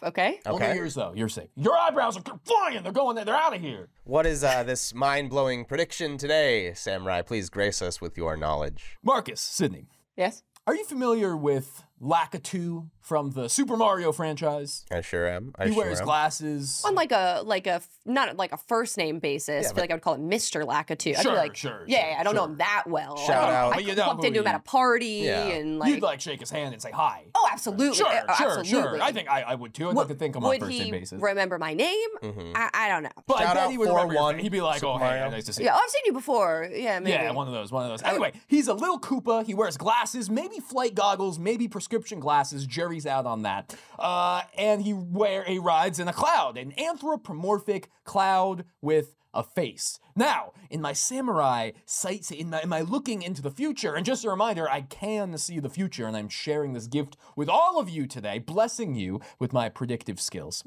B: okay.
D: Only yours though. You're safe. Your eyebrows are flying. They're going. They're out of here.
A: What is uh, this mind blowing prediction today, Samurai? Please grace us with your knowledge.
D: Marcus, Sydney,
B: Yes.
D: are you familiar with Lakitu from the Super Mario franchise?
A: I sure am. I
D: He
A: sure
D: wears
A: am.
D: glasses.
B: on like a like a f- not like a first name basis. I feel like I would call it Mister Lakitu. I'd be
D: Sure,
B: like,
D: sure,
B: yeah,
D: sure,
B: I don't know
D: sure.
B: him that well.
A: Shout
B: I,
A: out.
B: I
D: But you know
B: bumped
D: who
B: into him
D: he-
B: at a party
A: Yeah.
B: and like,
D: You'd like shake his hand and say hi.
B: oh, absolutely,
D: sure,
B: uh,
D: sure,
B: absolutely.
D: sure. I think I, I would too. I'd like
B: Would-
D: to think I'm
B: would
D: on first
B: he
D: name basis. Mm-hmm.
B: remember my name? I, I don't know.
D: But
A: Shout
D: I bet
A: out
D: he would remember. your
A: 4-1
D: fa- He'd be like,
A: Super
D: oh,
A: Mario.
D: hey, nice to see you.
B: Yeah, oh, I've seen you before. Yeah, maybe.
D: Yeah, one of those, one of those. Anyway, he's a little Koopa. He wears glasses, maybe flight goggles, maybe prescription glasses. Jerry's out on that. Uh, and he wear he rides in a cloud, an anthropomorphic cloud with a face. Now, in my samurai sights, in my, in my looking into the future, and just a reminder, I can see the future, and I'm sharing this gift with all of you today, blessing you with my predictive skills.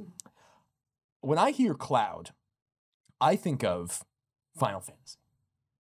D: When I hear cloud, I think of Final Fantasy.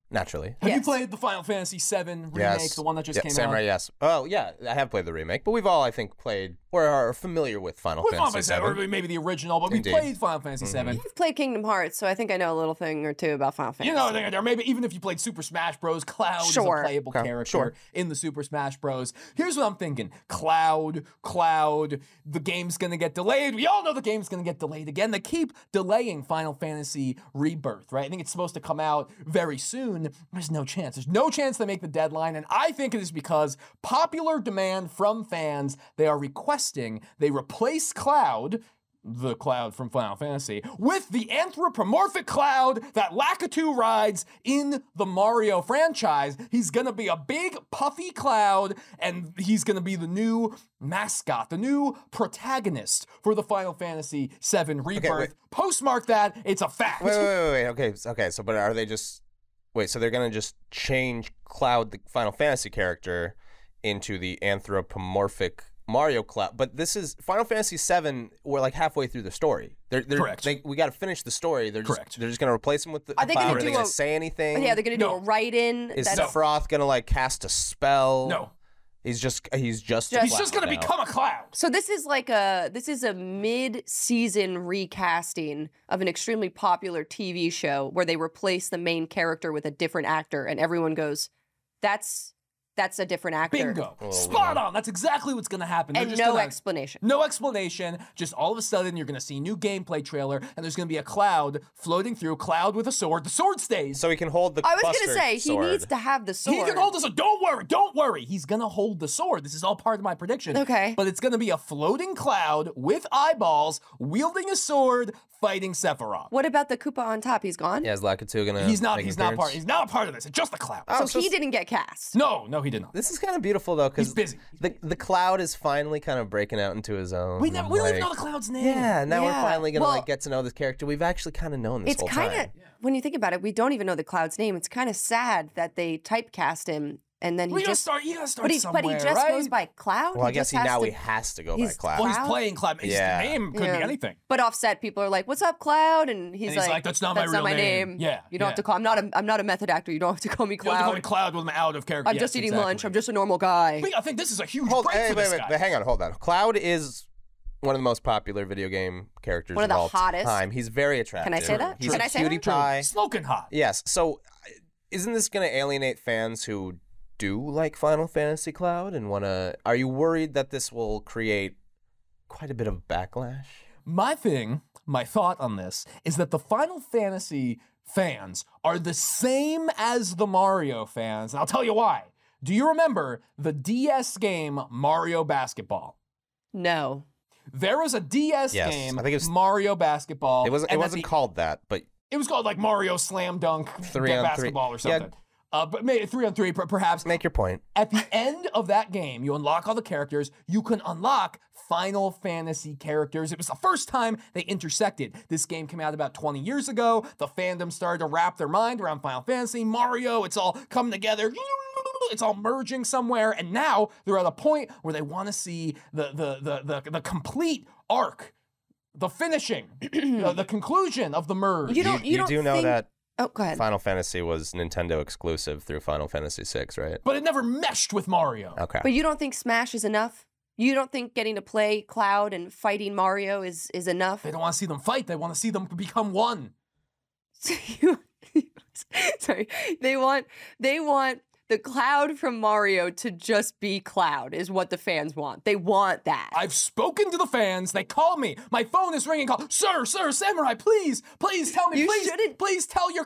A: Naturally.
D: Have you
B: Yes.
D: played the Final Fantasy VII remake,
A: Yes.
D: the one that just
A: Yeah,
D: came
A: Samurai,
D: out?
A: yes. Oh, yeah, I have played the remake, but we've all, I think, played or are familiar with Final
D: Well, Final
A: Fantasy
D: Fantasy,
A: VII.
D: or maybe the original, but
A: Indeed. Mm-hmm.
D: we played Final Fantasy VII.
B: I've played Kingdom Hearts, so I think I know a little thing or two about Final Fantasy.
D: You know, there, there maybe even if you played Super Smash Bros, Cloud is
B: Sure.
D: a playable
A: Okay,
D: character
A: sure.
D: in the Super Smash Bros. Here's what I'm thinking: Cloud, Cloud, the game's gonna get delayed. We all know the game's gonna get delayed again. They keep delaying Final Fantasy Rebirth, right? I think it's supposed to come out very soon. There's no chance. There's no chance they make the deadline, and I think it is because popular demand from fans. They are requesting they replace Cloud the cloud from Final Fantasy, with the anthropomorphic cloud that Lakitu rides in the Mario franchise. He's gonna be a big, puffy cloud, and he's gonna be the new mascot, the new protagonist for the Final Fantasy VII Rebirth. Postmark that, it's a fact.
A: Wait, wait, wait, wait. Okay, s- okay. So, but are they just wait? So they're gonna just change Cloud, the Final Fantasy character, into the anthropomorphic Mario Cloud? But this is Final Fantasy VII. We're like halfway through the story. They're, they're,
D: Correct.
A: They, we got to finish the story. They're just,
D: Correct.
A: They're just gonna replace him with the.
B: Are they
A: Cloud.
B: gonna
A: Are they
B: do
A: gonna
B: a-
A: say anything?
B: yeah, they're gonna
D: No.
B: do a write-in.
A: Is
B: that's-
A: Sephiroth gonna like cast a spell?
D: No,
A: He's just he's just a
B: Just-
D: he's just
A: cloud
D: gonna
A: now.
D: become a cloud.
B: So this is like a this is a mid-season recasting of an extremely popular TV show where they replace the main character with a different actor, and everyone goes, "That's that's a different actor."
D: Bingo.
A: Oh,
D: Spot on. That's exactly what's gonna happen. They're
B: And
D: just
B: no
D: gonna-
B: explanation.
D: No explanation. Just all of a sudden, you're going to see new gameplay trailer, and there's going to be a cloud floating through, cloud with a sword. The sword stays.
A: So he can hold the.
B: I was
A: buster
B: gonna say
A: sword.
B: he needs to have the sword.
D: He can hold the sword. Don't worry. Don't worry. He's going to hold the sword. This is all part of my prediction.
B: Okay.
D: But it's going to be a floating cloud with eyeballs, wielding a sword, fighting Sephiroth.
B: what about the Koopa on top? He's gone.
A: Yeah, is Lakitu gonna?
D: He's not.
A: make an
D: He's not part.
A: appearance?
D: He's not a part of this. It's just the cloud.
A: Oh,
B: so he
A: it's-
B: didn't get cast.
D: No, no, he did not.
A: This is kind of beautiful though, because
D: He's busy.
A: The the cloud is finally kind of breaking out into his own.
D: We, never, we don't even know
A: like-
D: the cloud's name.
A: Yeah, now
B: Yeah.
A: we're finally gonna
B: Well-
A: like get to know this character. We've actually kind of known this
B: it's
A: whole
B: kind
A: time.
B: of when you think about it, we don't even know the cloud's name. It's kind of sad that they typecast him and then he
D: We gotta
B: just
D: start. You gotta start
B: but he
D: somewhere,
B: but he just
D: right?
B: goes by cloud.
A: Well, I guess
B: just
A: he
B: has
A: now
B: to-
A: he has to go by
B: he's-
A: cloud.
D: Well, he's
B: Cloud?
D: playing cloud. It's
A: Yeah.
D: The name could be
B: Yeah.
D: anything.
B: But offset people are like, "What's up, Cloud?" And he's,
D: And he's like, "That's not my real name." Yeah,
B: you don't
D: yeah.
B: have to call. I'm not. A, I'm not a method actor. You don't have to call me
D: You have to call me
B: Cloud.
D: Cloud when I'm out of character.
B: I'm
D: Yes,
B: just eating
D: exactly.
B: lunch. I'm just a normal guy."
D: I think this is a huge
A: hold,
D: break
A: hey,
D: for
A: wait,
D: this
A: wait,
D: guy.
A: but hang on, hold on. Cloud is one of the most popular video game characters
B: One of the
A: all
B: hottest.
A: time. He's very attractive.
B: say that?
A: He's
B: Can I say that?
A: PewDiePie.
D: Smoking hot.
A: Yes. So, uh, isn't this going to alienate fans who do like Final Fantasy Cloud and want to? Are you worried that this will create quite a bit of backlash?
D: My thing, my thought on this is that the Final Fantasy fans are the same as the Mario fans, and I'll tell you why. Do you remember the DS game Mario Basketball?
B: no,
D: There was a DS
A: Yes,
D: game,
A: I think it was-
D: Mario Basketball.
A: It wasn't. It
D: Oh, and at
A: wasn't
D: the-
A: called that, but
D: It was called like Mario Slam Dunk
A: Three on three.
D: Basketball or
A: Yeah.
D: something. Uh, but maybe three on three, per- perhaps.
A: make your point.
D: At the end of that game, you unlock all the characters. You can unlock Final Fantasy characters. It was the first time they intersected. This game came out about 20 years ago. The fandom started to wrap their mind around Final Fantasy, Mario. It's all coming together. It's all merging somewhere. And now they're at a point where they want to see the, the, the, the, the complete arc, the finishing, the, the conclusion of the merge.
B: you don't. You, don't
A: do know
B: think-
A: that
B: Oh, go ahead.
A: Final Fantasy was Nintendo exclusive through Final Fantasy VI, right?
D: but it never meshed with Mario.
A: Okay.
B: But you don't think Smash is enough. You don't think getting to play Cloud and fighting Mario is is enough.
D: They don't want to see them fight. They want to see them become one.
B: So you, sorry, they want they want the cloud from Mario to just be cloud is what the fans want. They want that.
D: I've spoken to the fans. They call me. My phone is ringing. Call, sir, sir, samurai, please, please tell me.
B: You
D: please,
B: shouldn't-
D: please tell your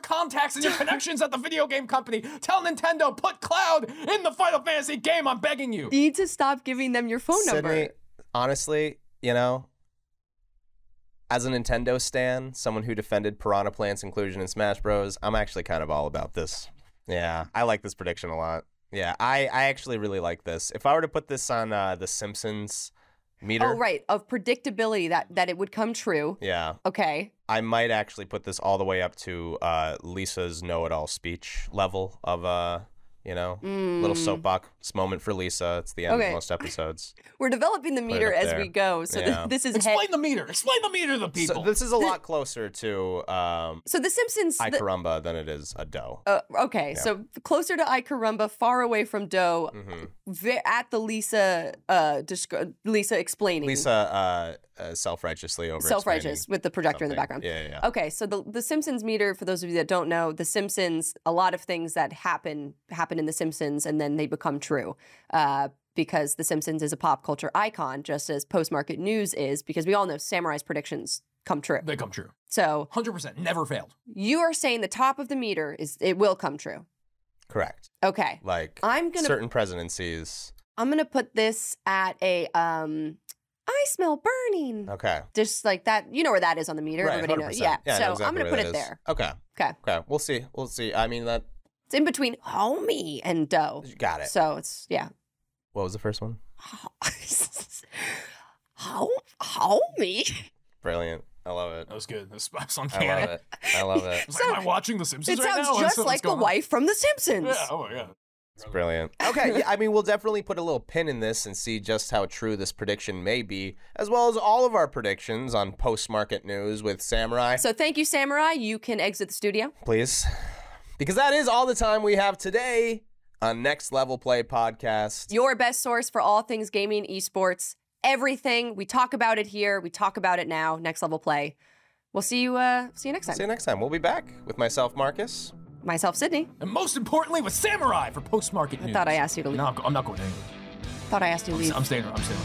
D: contacts and your connections at the video game company. Tell Nintendo, put Cloud in the Final Fantasy game. I'm begging you.
B: you need to stop giving them your phone
A: Sydney,
B: number.
A: honestly, you know, as a Nintendo stan, someone who defended Piranha Plant's inclusion in Smash Bros, I'm actually kind of all about this. Yeah, I like this prediction a lot. Yeah, I, I actually really like this. If I were to put this on uh, the Simpsons meter,
B: Oh right, of predictability that that it would come true.
A: yeah,
B: Okay.
A: I might actually put this all the way up to uh, Lisa's know-it-all speech level of uh, You know,
B: Mm.
A: little soapbox moment for Lisa. It's the end
B: Okay.
A: of most episodes.
B: We're developing the
A: it
B: meter
A: up
B: as
A: there.
B: we go, so th-
A: Yeah.
B: this is head-
D: Explain the meter. Explain the meter to the people.
A: So this is a lot closer to um,
B: so the Simpsons.
A: I
B: the-
A: Carumba than it is a dough.
B: uh, okay, so closer to Icarumba, far away from Doe,
A: hmm
B: ve- at the Lisa, uh, descri- Lisa explaining,
A: Lisa uh, uh, self-righteously over
B: self-righteous with the projector in the background.
A: Yeah, yeah. yeah.
B: Okay, so the the Simpsons meter for those of you that don't know, the Simpsons a lot of things that happen happen in the Simpsons and then they become true. Uh because The Simpsons is a pop culture icon, just as post-market news is, because we all know Samurai's predictions come true.
D: they come true.
B: So
D: 100%. Never failed.
B: you are saying the top of the meter is it will come true.
A: Correct.
B: Okay,
A: Like
B: I'm gonna
A: certain presidencies.
B: I'm gonna put this at a um. I smell burning.
A: Okay.
B: Just like that, you know where that is on the meter.
A: Uh, Right,
B: Everybody
A: 100%.
B: knows. Yeah.
A: I know
B: so
A: exactly
B: I'm gonna
A: where
B: put
A: that
B: it
A: is.
B: there.
A: Okay.
B: Okay.
A: Okay. We'll see. We'll see. I mean, that
B: It's in between homie and dough.
A: got it.
B: So it's yeah.
A: what was the first one?
B: How homie?
A: Brilliant. I love it.
D: That was good. That's
A: I love
D: uncanny.
A: it. I love it.
D: It's like, am I
B: So-
D: watching The Simpsons
B: It
D: right now?
B: sounds
D: What's-
B: just
D: what's
B: like the
D: going on?
B: wife from The Simpsons.
D: Yeah, oh my God.
A: It's brilliant. Okay, yeah, I mean, we'll definitely put a little pin in this and see just how true this prediction may be, as well as all of our predictions on post market news with Samurai.
B: So thank you, Samurai. You can exit the studio.
A: Please. Because that is all the time we have today on Next Level Play Podcast.
B: Your best source for all things gaming, esports, everything. We talk about it here. We talk about it now. Next level play. We'll see you. Uh, see you next time.
A: See you next time. We'll be back with myself, Marcus.
B: Myself, Sydney.
D: And most importantly, with Samurai for post market news.
B: I thought I asked you to leave.
D: No, I'm go- I'm not going to anywhere.
B: Thought I asked you to leave.
D: I'm staying. I'm staying.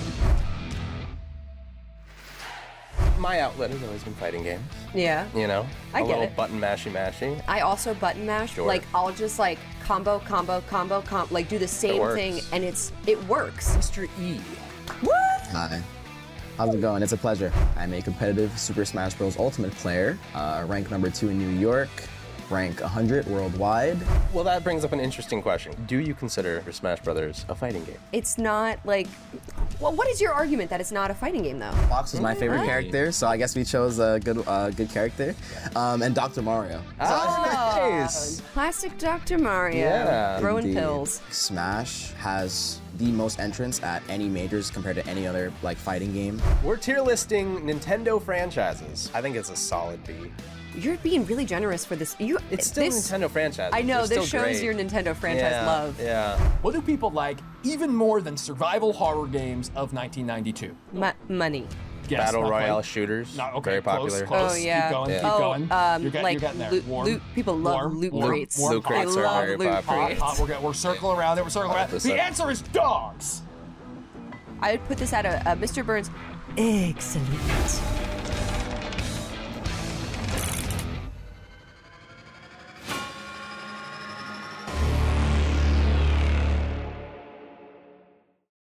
A: My outlet has always been fighting games,
B: Yeah.
A: you know?
B: I
A: a
B: get
A: little
B: it.
A: button mashy mashy.
B: I also button mash.
A: Sure.
B: Like I'll just like combo, combo, combo, com like do the same
A: works.
B: thing, and it's it works.
D: Mr. E.
E: Hi. How's it going? It's a pleasure. I'm a competitive Super Smash Bros. Ultimate player, uh, rank number two in New York, rank 100 worldwide.
A: Well, that brings up an interesting question. Do you consider Smash Brothers a fighting game?
B: It's not like. Well, what is your argument that it's not a fighting game though?
E: Fox was my favorite character, so I guess we chose a good, uh, good character, um, and Dr. Mario.
B: Ah.
A: nice.
B: Plastic Dr. Mario.
A: Yeah,
B: Throwing
E: Indeed.
B: pills.
E: Smash has the most entrants at any majors compared to any other like fighting game.
A: We're tier listing Nintendo franchises. I think it's a solid B.
B: You're being really generous for this. You.
A: It's still
B: this,
A: Nintendo franchises.
B: I know
A: They're
B: this
A: still
B: shows
A: great.
B: your Nintendo franchise
A: yeah,
B: love.
A: Yeah.
D: What do people like even more than survival horror games of 1992?
B: Mo- money.
D: Yes,
A: Battle
D: not quite.
A: Royale shooters.
D: Not okay.
A: Very
D: close,
A: popular.
D: Close.
B: Oh, yeah.
D: Keep going.
A: Yeah.
D: Keep
B: Oh,
D: going.
B: um,
D: you're, get,
B: like
D: you're getting there.
B: loot-
D: Warm,
B: loot- people love
D: warm,
B: loot
D: warm,
B: crates.
D: Warm,
A: Loot
D: hot,
A: crates
B: I
A: are
B: love
A: very
B: loot
A: popular.
D: hot,
B: crates.
D: hot. We're, get- we're circling around there. We're circling around. The
A: 100%.
D: answer is dogs.
B: I would put this at a, a Mr. Burns. Excellent.